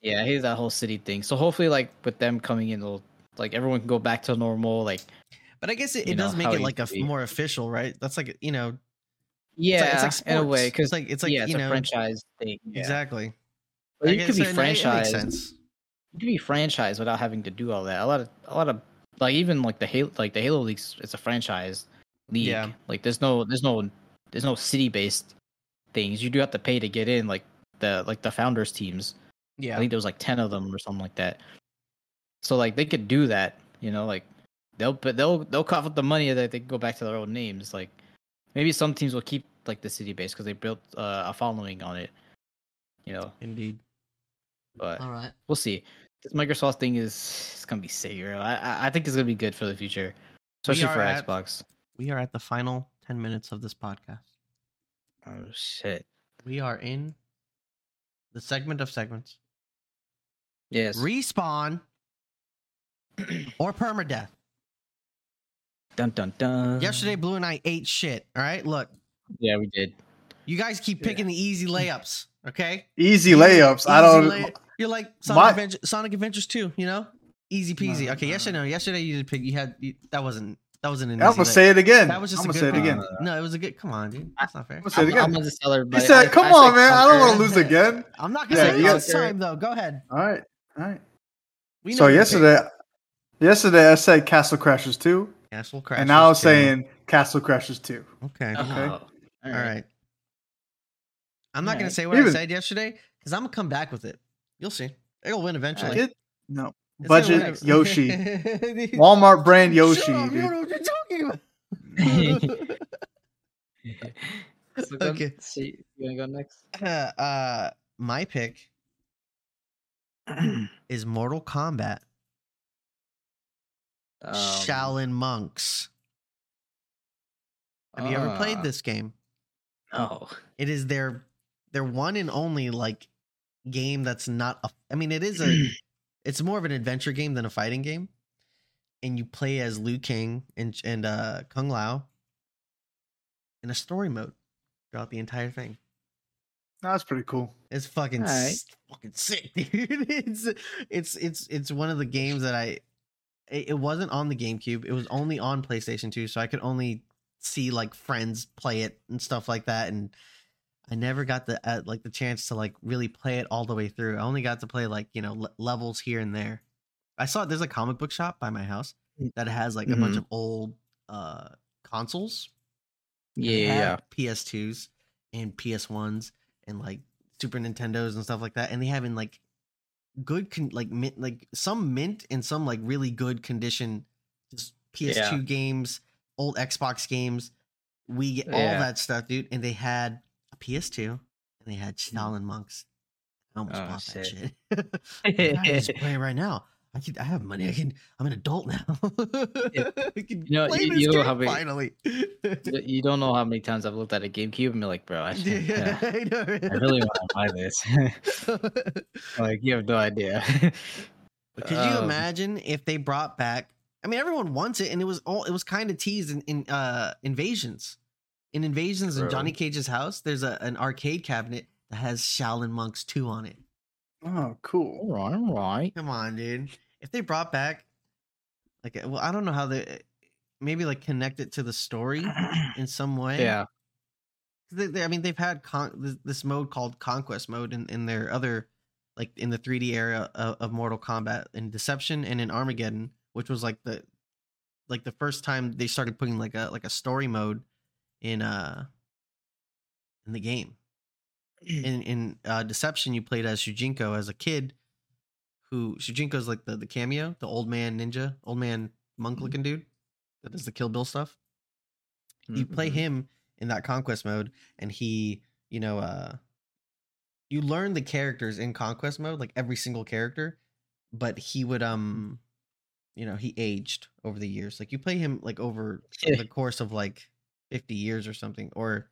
S2: Yeah, I hate that whole city thing. So hopefully, like with them coming in, they'll like everyone can go back to normal. Like
S1: But I guess it,
S2: you
S1: it
S2: know,
S1: does make
S2: how
S1: it
S2: it
S1: like a
S2: used
S1: f-
S2: to be.
S1: more official, right? That's like you know, it's
S2: yeah,
S1: like, it's like
S2: in a way,
S1: sports. it's
S2: because
S1: like it's like
S2: yeah, it's
S1: you
S2: a
S1: know,
S2: franchise thing. Yeah.
S1: exactly.
S2: Or
S1: I
S2: you could
S1: guess
S2: be
S1: that- that- it makes
S2: franchised.
S1: sense.
S2: You could be franchised without having to do all that. A lot of a lot of like even like the Halo like the Halo leagues. It's a franchise league.
S1: Yeah.
S2: Like there's no there's no there's no city based things. You do have to pay to get in. Like the like the founders teams. I
S1: Yeah,
S2: think there was like ten of them or something like that. So like they could do that. You know like they'll but they'll they'll cough up the money that they can go back to their own names. Like maybe some teams will keep like the city base because they built uh, a following on it. You know,
S1: indeed.
S2: but
S3: Uh-huh.
S1: All right.
S2: we'll see. This Microsoft thing is it's gonna be sick, bro. I- I I think it's gonna be good for the future, especially
S1: are
S2: for
S1: at-
S2: Xbox.
S1: We are at the final ten minutes of this podcast.
S2: Oh shit!
S1: We are in the segment of segments.
S2: Yes.
S1: Respawn or permadeath.
S2: Uh-huh. dun dun dun.
S1: Yesterday, Blue and I ate shit. All right, look,
S2: Yeah, we did.
S1: you guys keep picking the easy layups. Okay,
S3: Easy
S1: Easy-
S3: layups. I
S1: easy
S3: don't.
S1: lay- You're like Sonic,
S3: My-
S1: Adventure, Sonic Adventures 2, you know? Easy peasy. okay, yesterday no, yesterday you did pick. You had you, that wasn't that wasn't an.
S3: I'm
S1: easy
S3: gonna
S1: lay-
S3: say it again.
S1: That was just
S3: I'm
S1: a
S3: gonna
S1: good
S3: say it
S1: pick.
S3: again.
S1: No, it was a good. Come on, dude. That's not fair.
S3: I'm gonna say it
S2: I'm, I'm
S3: again.
S2: gonna tell
S3: He
S2: everybody. I-
S3: said, "Come
S2: I
S3: on,
S2: said
S3: man. I don't want to
S2: conquer."
S3: lose again."
S1: I'm not gonna
S3: Yeah,
S1: say
S3: you
S1: it
S3: got-
S1: this time though. Go ahead.
S3: All right, all right.
S1: We
S3: So
S1: know you picked
S3: yesterday, yesterday I said Castle Crashers two,
S1: Castle
S3: and now I'm
S1: Crashers 2.
S3: saying Castle Crashers two.
S1: Okay.
S2: Oh,
S1: All
S3: Okay.
S2: all right.
S1: right. I'm not gonna
S2: Alright.
S1: say what I
S3: Even-
S1: said yesterday because I'm gonna come back with it. You'll see. It'll win eventually.
S3: Kid? No.
S1: It's gonna win
S3: Budget
S1: eventually.
S3: Yoshi.
S1: Dude,
S3: Walmart brand
S1: Shut
S3: Yoshi.
S1: up, you don't
S3: dude.
S1: know what you're talking about.
S2: So go-
S1: Okay.
S2: see, you wanna go next?
S1: Uh, uh, my pick is Mortal Kombat
S2: Um,
S1: Shaolin Monks. Have you ever played
S2: uh,
S1: this game?
S2: No.
S1: It is their their one and only like game that's not a, I mean it is a it's more of an adventure game than a fighting game. And you play as Liu Kang and and uh Kung Lao in a story mode throughout the entire thing.
S3: That's pretty cool.
S1: It's fucking
S2: Alright.
S1: s- fucking sick, dude. It's it's it's it's one of the games that I it, it wasn't on the GameCube. It was only on PlayStation 2, so I could only see like friends play it and stuff like that and I never got the uh, like the chance to like really play it all the way through. I only got to play like, you know, le- levels here and there. I saw there's a comic book shop by my house that has like a bunch
S2: Mhm.
S1: of old uh consoles
S2: Yeah,
S1: they
S2: yeah, yeah.
S1: have PS2s and PS1s and like Super Nintendos and stuff like that. And they have in like good, con- like mint, like some mint and some like really good condition, just PS2
S2: Yeah.
S1: games, old Xbox games. We get all
S2: Yeah.
S1: that stuff, dude. And they had a PS2 and they had Shaolin Monks. I almost
S2: Hmm. Oh,
S1: bought that shit.
S2: shit.
S1: I can just play it right now. I can. I have money. I can. I'm an adult now. I can
S2: You know,
S1: play
S2: you-
S1: this
S2: you know
S1: game
S2: how we-
S1: finally.
S2: You- You don't know how many times I've looked at a GameCube and be like, bro, I, should,
S1: Yeah,
S2: yeah,
S1: I know,
S2: I
S1: right?
S2: really want to buy this. like, you have no idea.
S1: But Could
S2: Um,
S1: you imagine if they brought back? I mean, everyone wants it, and it was all it was kind of teased in, in uh invasions. In Invasions in
S3: True.
S1: Johnny Cage's house, there's a, an arcade cabinet that has Shaolin Monks 2 on it.
S3: Oh, cool.
S2: All right, all right.
S1: Come on, dude. If they brought back, like, uh, well, I don't know how they, maybe like connect it to the story in some way.
S2: Yeah.
S1: 'Cause They, they- I mean, they've had con- this, this mode called Conquest mode in, in their other, like, in the 3D era of, of Mortal Kombat in Deception and in Armageddon, which was like the, like the first time they started putting like a like a story mode in uh in the game in in uh, Deception, you played as Shujinko as a kid, who Shujinko's like the the cameo, the old man ninja, old man monk looking dude that does the Kill Bill stuff. You play
S2: Mhm.
S1: him in that conquest mode, and he, you know, uh, you learn the characters in conquest mode, like every single character, but he would um, you know, he aged over the years. Like you play him like over
S2: Yeah.
S1: the course of like fifty years or something, or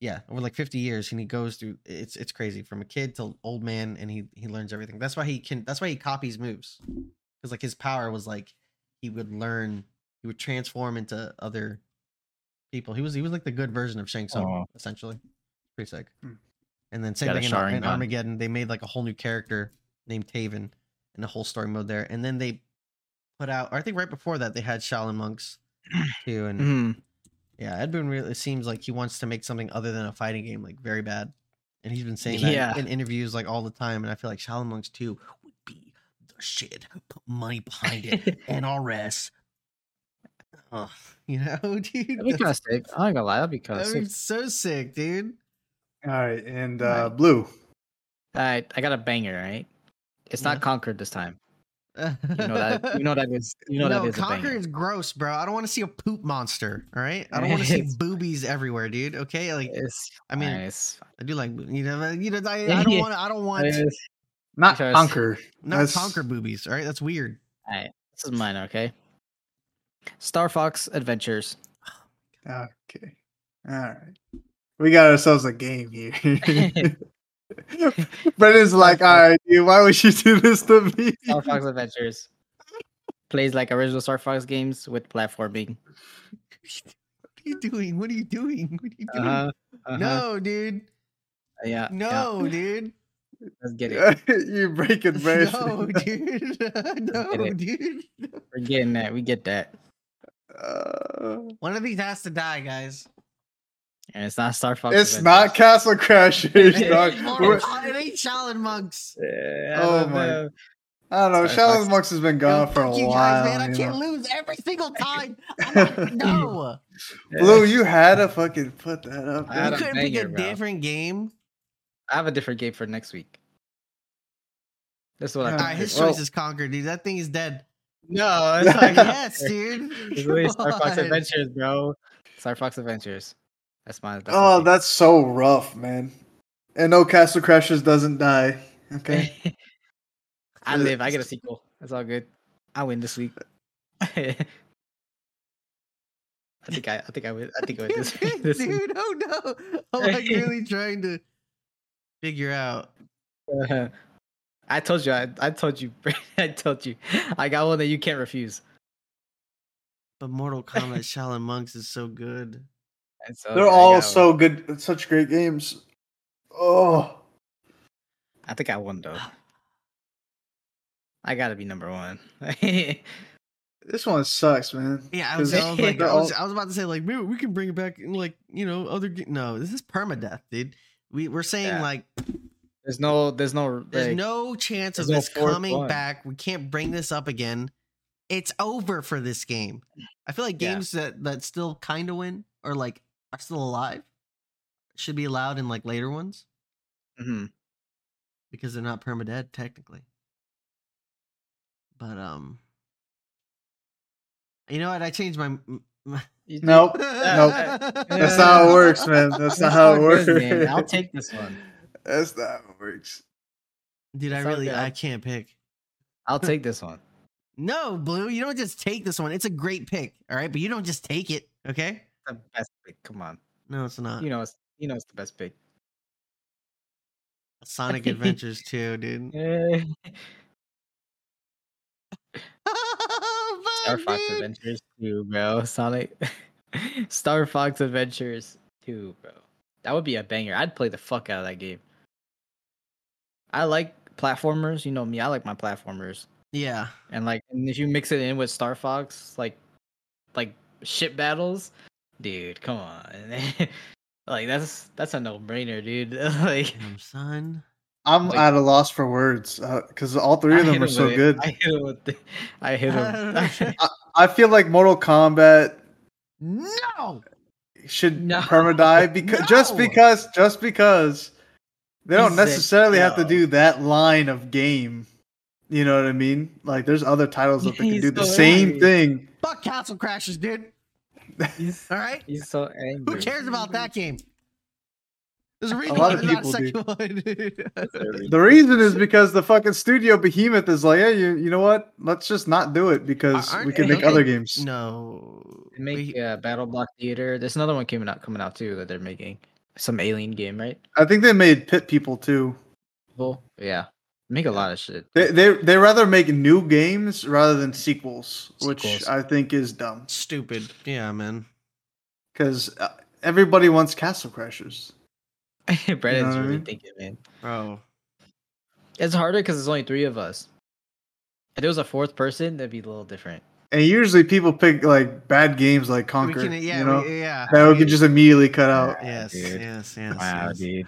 S1: yeah, over like fifty years, and he goes through. It's it's crazy from a kid to old man, and he he learns everything. That's why he can. That's why he copies moves, because like his power was like he would learn, he would transform into other people. He was he was like the good version of Shang Tsung
S2: Aw.
S1: essentially. Pretty sick.
S3: Hmm.
S1: And then same
S2: Got a uh,
S1: thing in, Ar- in
S2: Sharingan.
S1: Armageddon, they made like a whole new character named Taven and a whole story mode there. And then they put out, or I think right before that, they had Shaolin monks too. And
S2: Mhm.
S1: yeah, Ed Boon really it seems like he wants to make something other than a fighting game, like very bad. And he's been saying that in-
S2: Yeah.
S1: in interviews like all the time. And I feel like Shaolin monks too would be the shit. Put money behind it.
S2: That'd
S1: NRS. Ugh, you know, dude.
S2: be kind
S1: that's-
S2: of sick. I'm not gonna lie, that'd be kind of
S1: That'd be
S2: sick.
S1: so sick, dude.
S3: All right, and uh,
S1: Right.
S3: blue.
S2: All right, I got a banger. Right, it's
S1: Yeah.
S2: not conquered this time. You know that. You know that is. You know
S1: no,
S2: that is. a
S1: Conquer
S2: banger.
S1: is gross, bro. I don't want to see a poop monster. All right, I don't want to see
S2: It's-
S1: boobies everywhere, dude. Okay, like
S2: It's
S1: I mean-
S2: fine, it's
S1: I do like boob- you know but, you know I, I don't
S2: Yeah.
S1: want I don't want
S2: fine.
S3: Not
S2: Because-
S3: conquer.
S1: not
S3: That's-
S1: Conquer boobies. All right, that's weird.
S2: Alright, this is mine, okay? Star Fox Adventures.
S3: Okay. All right. We got ourselves a game here. Brendan's like, all right, dude, why would you do this to me?
S2: Star Fox Adventures. Plays like original Star Fox games with platforming.
S1: What are you doing? What are you doing? What are you doing?
S2: Uh-huh, uh-huh,
S1: No, dude.
S2: Yeah. yeah,
S1: No, dude.
S2: let's get it.
S3: You're breaking Brandon.
S1: No, dude. no,
S2: it.
S1: dude.
S2: We're getting that. We get that.
S3: Uh,
S1: One of these has to die, guys.
S2: And it's not Star Fox.
S3: it's not
S2: Adventures.
S3: Castle Crashers,
S1: It
S3: dog.
S1: ain't Mortal
S3: We're-
S1: Kombat- it ain't Shaolin monks.
S2: Uh, I
S3: Oh
S2: don't
S3: my
S2: know.
S3: I don't know.
S2: Star
S3: Shadow
S2: Fox.
S3: Monks has been
S1: Yo,
S3: gone for a
S1: fuck you guys,
S3: while.
S1: man. I
S3: you
S1: can't
S3: know.
S1: lose every single time. I'm not- no.
S3: Blue, you had to fucking put that up.
S2: I had
S1: you
S2: a
S3: there.
S1: couldn't pick a
S2: banger, bro.
S1: different game.
S2: I have a different game for next week. This is what
S3: All
S1: All
S2: I
S1: right, his
S3: Well-
S1: choice is conquered, dude. That thing is dead.
S2: No,
S3: it's not
S1: yes, dude.
S2: It's really Star Fox
S1: God.
S2: Adventures, bro. Star Fox Adventures. That's my. That's my
S3: Oh,
S2: pick.
S3: that's so rough, man. And no Castle Crashers doesn't die. Okay.
S2: I live. I get a sequel. That's all good. I win this week. I think I, I think I win. I think I win this week. This week.
S1: dude, oh no. I'm like really trying to figure out.
S2: Uh, I told you. I, I told you. I told you. I got one that you can't refuse.
S1: But Mortal Kombat Shaolin Monks is so good.
S2: And so
S3: They're
S2: I
S3: all
S2: got
S3: so good. Such great games. Oh.
S2: one. I think I won though. I gotta be number one. I
S3: This one sucks, man.
S1: Yeah, I was,
S3: 'Cause
S1: I was like,
S3: they're
S1: I was,
S3: all-
S1: I was about to say like, maybe we can bring it back, in, like you know, other. Ge- no, this is permadeath, dude. We we're saying
S2: Yeah.
S1: like,
S2: there's no. There's no.
S1: there's
S2: like,
S1: no chance of
S2: there's no
S1: this
S2: fourth
S1: coming
S2: one.
S1: back. We can't bring this up again. It's over for this game. I feel like
S2: Yeah.
S1: games that that still kind of win or like are still alive should be allowed in like later ones
S2: Mhm.
S1: because they're not permadead technically. But um, you know what? I changed my. my
S2: You do-
S3: Nope. That's not how it works, man. That's not how it
S2: Fuck
S3: works.
S2: this, man. I'll take this one.
S3: That's not how it works.
S1: Dude, I
S2: It's all
S1: really
S2: good.
S1: I can't pick.
S2: I'll take this one.
S1: No, Blue, you don't just take this one. It's a great pick, all right? But you don't just take it, okay?
S2: The best pick. Come on.
S1: No, it's not.
S2: You know. It's, you know. It's the best pick.
S1: Sonic Adventures 2, dude.
S2: Yeah.
S1: Oh,
S2: Star
S1: fuck,
S2: Fox
S1: dude.
S2: Adventures 2, bro. Sonic. Star Fox Adventures 2, bro. That would be a banger. I'd play the fuck out of that game. I like platformers. You know me, I like my platformers.
S1: Yeah.
S2: And like and if you mix it in with Star Fox, like like ship battles, dude, come on. like that's that's a no brainer, dude. like
S1: Damn, son.
S3: I'm
S2: Like-
S3: at a loss for words because all three of
S2: I
S3: them
S2: hit
S3: are
S2: him
S3: so
S2: with it.
S3: good.
S2: I hit him with the, I hit him.
S3: I feel like Mortal Kombat
S1: no.
S3: should
S2: No.
S3: perma die because just
S1: No.
S3: because just because they don't
S2: He said
S3: necessarily have to
S2: no.
S3: do that line of game. You know what I mean? Like there's other titles that they can
S2: He's
S3: do the
S2: so
S3: same
S2: angry.
S3: thing.
S1: Fuck Castle Crashers, dude.
S2: he's,
S1: All right.
S2: he's so angry.
S1: Who cares about that game? There's a reason
S3: lot
S1: why
S3: of
S1: there's not a
S3: people
S1: second one, dude.
S3: The reason is because the fucking studio behemoth is like, hey, you, you know what? Let's just not do it because
S1: aren't
S3: we can
S1: they
S3: make other
S1: making-
S3: games.
S1: No.
S2: They make
S1: We-
S2: uh, Battle Block Theater. There's another one coming out coming out too that they're making some alien game, right?
S3: I think they made Pit People too.
S2: Well, yeah, make a lot of shit.
S3: They they they rather make new games rather than sequels, which
S2: Sequels.
S3: I think is dumb
S1: Stupid. Yeah, man.
S3: because uh, everybody wants Castle Crashers.
S2: Brandon's
S3: what I
S2: really
S3: mean?
S2: thinking, man.
S1: Bro.
S2: It's harder because there's only three of us. If there was a fourth person, that'd be a little different.
S3: And usually people pick like bad games like
S1: We
S3: Conquer,
S1: can, yeah,
S3: you know,
S1: we, yeah.
S3: that we
S1: we-
S3: could just immediately cut out.
S1: Yes,
S2: dude.
S1: yes, yes. yes.
S2: dude.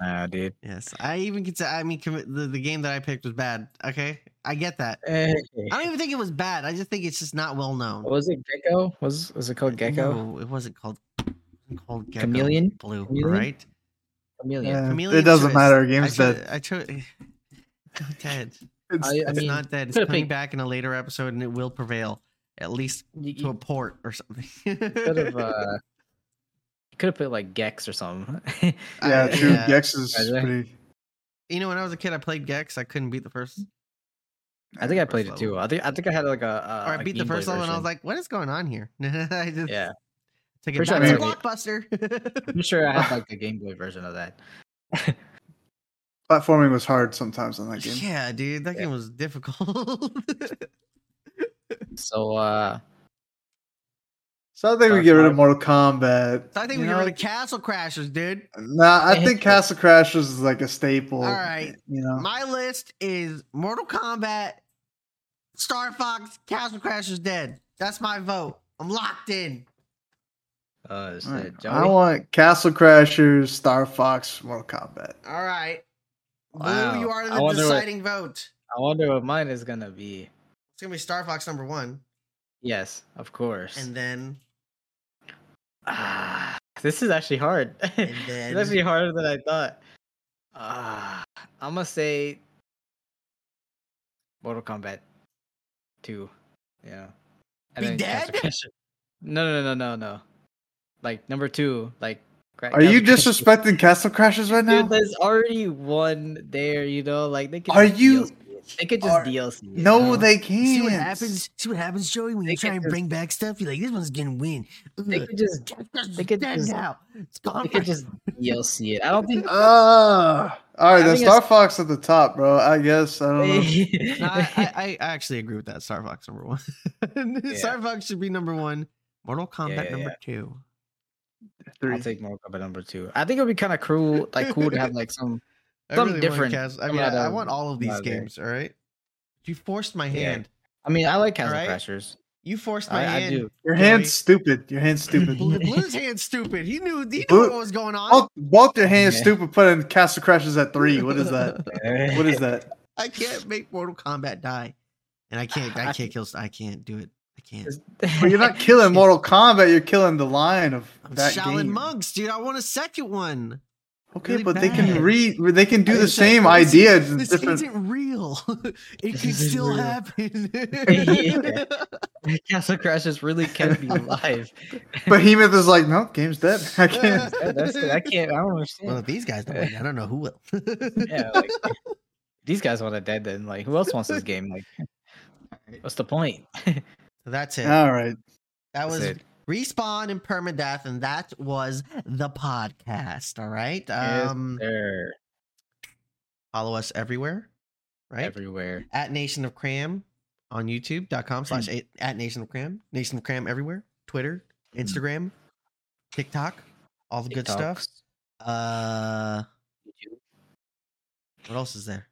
S2: Wow, dude.
S1: Yes, I even could say. I mean, commi- the, the game that I picked was bad. Okay, I get that. I don't even think it was bad. I just think it's just not well known.
S2: was it Gecko? Was was it called Gecko?
S1: No, it wasn't called. it wasn't called Gecko
S2: Chameleon?
S1: Blue,
S2: Chameleon?
S1: right?
S2: Chameleon.
S3: Yeah,
S1: Chameleon
S3: it doesn't
S1: Twist.
S3: matter. Game's
S1: I cho-
S3: dead.
S1: I chose. dead.
S3: It's,
S2: I-
S1: It's
S2: mean,
S1: not dead. It's
S2: could've
S1: coming
S2: picked-
S1: back in a later episode, and it will prevail, at least
S2: You,
S1: to a port or something.
S2: could have uh, you could have put like Gex or something.
S3: yeah,
S1: I-
S3: true.
S1: yeah.
S3: Gex is
S2: I like-
S3: pretty.
S1: You know, when I was a kid, I played Gex. I couldn't beat the first.
S2: I think I
S1: first
S2: played it
S1: level.
S2: too. I think I think I had like a. a
S1: or
S2: a
S1: I beat the
S2: Uh, Game Boy
S1: first level, and I was
S2: version.
S1: like, "What is going on here?" I just
S2: yeah.
S1: took it
S2: Pretty sure
S1: back to
S3: I
S1: Blockbuster.
S2: I'm sure I had like the Game Boy version of that.
S3: Platforming was hard sometimes on that game.
S1: yeah, dude, that
S2: Yeah.
S1: game was difficult.
S2: So uh
S3: So I think we
S2: Dark
S3: get rid of
S2: Knight.
S3: Mortal Kombat.
S1: So I think
S3: You
S1: we get
S3: know,
S1: rid of Castle Crashers, dude.
S3: Nah, I think Castle Crashers is like a staple.
S1: All right.
S3: you know.
S1: My list is Mortal Kombat, Star Fox, Castle Crashers Dead. That's my vote. I'm locked in.
S2: uh is
S3: Alright,
S2: it
S3: I
S2: Joey?
S3: want Castle Crashers, Star Fox, Mortal Kombat.
S1: All right.
S2: Wow.
S1: Blue, you are
S2: I
S1: the
S2: wonder what-
S1: deciding vote.
S2: I wonder what mine is gonna be.
S1: It's gonna be Star Fox number one.
S2: Yes, of course.
S1: And then
S2: Ah, this is actually hard.
S1: and
S2: it's
S1: then
S2: actually harder than I thought. Ah, I'm gonna say Mortal Kombat 2. Yeah.
S1: Be
S2: Castle
S1: dead?
S2: Crasher. No, no, no, no, no. Like number two, like. Gra-
S3: Are you
S2: Castle Crasher.
S3: disrespecting Castle Crashers right now?
S2: Dude, there's already one there, you know. Like they could.
S3: Are
S2: just
S3: you-
S2: DLC it. They could just
S3: are-
S2: DLC. it, you
S3: No,
S2: know?
S3: they can't.
S1: see what happens. See what happens, Joey, when
S2: They
S1: you try
S2: can
S1: and
S2: just-
S1: bring back stuff. You're like, this one's gonna win.
S2: They
S1: Ugh.
S2: could just.
S1: Castle Crashers
S2: they
S1: is
S2: could
S1: dead
S2: just-
S1: now. It's gone.
S2: They could
S1: for-
S2: just DLC it. I don't
S3: Um,
S2: think.
S3: Ah, all right.
S2: I
S3: Then
S2: think it's-
S3: Star Fox at the top, bro. I guess I don't know.
S1: No, I, I, I actually agree with that. Star Fox number one. Star Fox should be number one. Mortal Kombat
S2: yeah,
S1: number two.
S2: I'll
S3: Three.
S2: take Mortal Kombat number two. I think it would be kind of cruel, like cool to have like some.
S1: I
S2: Something
S1: want
S2: different
S1: Cas- I
S2: come
S1: mean,
S2: out
S1: I, I
S2: of-
S1: want all of
S2: come
S1: these
S2: out of there.
S1: games. All right. You forced my
S2: Yeah.
S1: hand.
S2: I mean, I like Castle
S1: Alright.
S2: Crashers.
S1: You forced my
S2: I, I
S1: hand.
S2: do.
S3: Your
S1: Joey.
S3: hand's stupid. Your hand's stupid.
S1: Blue- Blue's hand's stupid. He knew. He knew
S3: Blue-
S1: what was going on.
S3: both, both your hands
S2: Yeah.
S3: stupid. Put in Castle Crashers at three. What is that? What is that?
S1: I can't make Mortal Kombat die, and I can't. I can't kill. I can't do it. I can't.
S3: But you're not killing Mortal Kombat. You're killing the line of
S1: I'm
S3: that
S1: Shaolin
S3: game.
S1: monks, dude. I want a second one.
S3: Okay,
S1: really
S3: but they can
S1: bad.
S3: re. They can do
S1: I
S3: the
S1: said,
S3: same
S1: this-
S3: idea. it's
S1: This
S3: different.
S1: isn't real. It
S2: This
S1: could
S2: isn't
S1: still
S2: real.
S1: happen.
S2: Castle Crashers really kept me alive.
S3: Behemoth is like, no, game's dead. I can't.
S2: That- that's it. I can't. I don't
S1: Well,
S2: understand.
S1: if these guys don't win, I don't know who will.
S2: Yeah, like, these guys want it dead. Then, like, who else wants this game? Like, what's the point?
S1: That's it.
S3: All right.
S1: that
S2: That's
S1: was
S2: it.
S1: respawn and permadeath, and that was the podcast. All right.
S2: Yes,
S1: Um,
S2: They're
S1: follow us everywhere, right?
S2: everywhere.
S1: at Nation
S2: Mm.
S1: of Cram on YouTube.com slash a- at Nation of Cram. Nation of Cram everywhere. Twitter, Instagram, TikTok, all the good stuff. Uh, what else is there?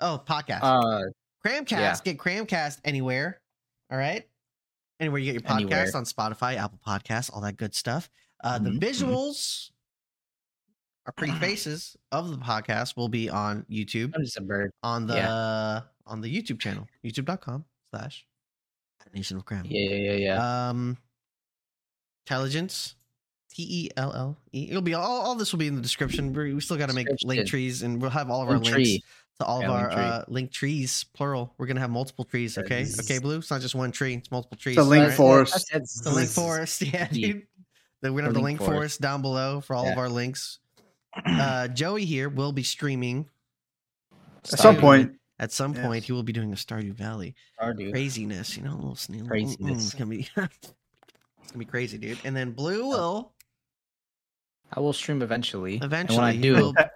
S1: Oh, podcast.
S2: Uh,
S1: Cramcast.
S2: yeah.
S1: Get Cramcast anywhere. All right. Anywhere you get your podcast
S2: Anywhere.
S1: on Spotify, Apple Podcasts, all that good stuff. Uh, the
S2: Mhm.
S1: visuals, our pretty faces of the podcast will be on YouTube
S2: I'm just a bird.
S1: on the on the YouTube channel, youtube.com slash Nation of Cram.
S2: Yeah, yeah, yeah, yeah.
S1: Um, intelligence, T E L L E. It'll be all, all this will be in the description. We we still got to make link
S2: Description.
S1: trees, and we'll have all of our
S2: One
S1: links
S2: tree.
S1: to all
S2: Yeah,
S1: of our
S2: link tree.
S1: uh, link trees, plural. We're gonna have multiple trees. Okay,
S2: Yes.
S1: okay, blue. It's not just one tree. It's multiple trees.
S3: The link
S1: alright?
S2: That's it,
S3: forest.
S2: that's it, that's
S1: The link
S2: it.
S1: forest. Yeah,
S2: Yeah.
S1: dude. Then We're gonna have the link forest down below for all of
S2: Yeah.
S1: our links. Uh, Joey here will be streaming
S3: At some
S2: Stardew.
S3: point,
S1: at some
S3: Yes.
S1: point. He will be doing a Stardew Valley
S2: Stardew.
S1: craziness, you know, a little sneeze. Craziness.
S2: Craziness.
S1: It's gonna be it's gonna be crazy, dude. And then Blue will
S2: I will stream eventually.
S1: eventually.
S2: And when I
S1: he
S2: do,
S1: will-
S2: and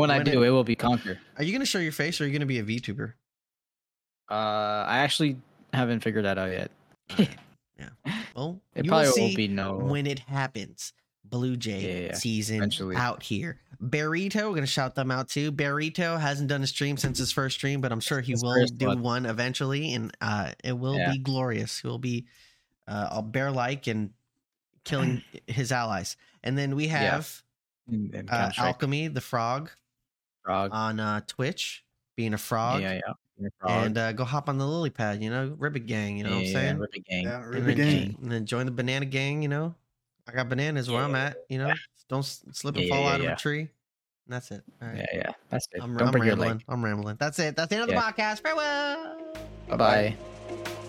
S2: when I
S1: when
S2: do, it will be Conquer.
S1: are you gonna show your face or are you gonna be a VTuber?
S2: Uh, I actually haven't figured that out yet.
S1: Well,
S2: It
S1: you will
S2: probably
S1: see
S2: won't be no.
S1: when it happens. Blue Jay
S2: Oh. Yeah, yeah,
S1: season
S2: eventually.
S1: out here. Burrito, we're gonna shout them out too. Burrito hasn't done a stream since his first stream, but I'm sure he
S2: His
S1: will
S2: first
S1: do
S2: one.
S1: one eventually, and uh, it will
S2: Yeah.
S1: be glorious. He will be uh, all bear like and killing his allies. And then we
S2: Yeah.
S1: have.
S2: in, in
S1: uh,
S2: Counter-Strike
S1: Alchemy the Frog
S2: Frog.
S1: on uh, Twitch, being a frog,
S2: Yeah, yeah. In the Frog.
S1: and uh, go hop on the lily pad, you know, Ribbit Gang, you know what I'm
S2: Yeah,
S1: saying?
S2: Rip it, gang.
S3: yeah,
S1: and,
S3: Ruby
S1: then,
S3: Gang.
S2: gang.
S1: and then join the Banana Gang, you know. I got bananas where I'm at, you know. Don't s- slip and
S2: Yeah,
S1: fall
S2: yeah,
S1: out of
S2: yeah.
S1: a tree. And that's it. All right.
S2: Yeah, yeah. That's it.
S1: I'm,
S2: Don't
S1: I'm
S2: break your
S1: rambling.
S2: leg.
S1: I'm rambling. That's it. That's the end of the podcast. Farewell.
S2: Bye bye.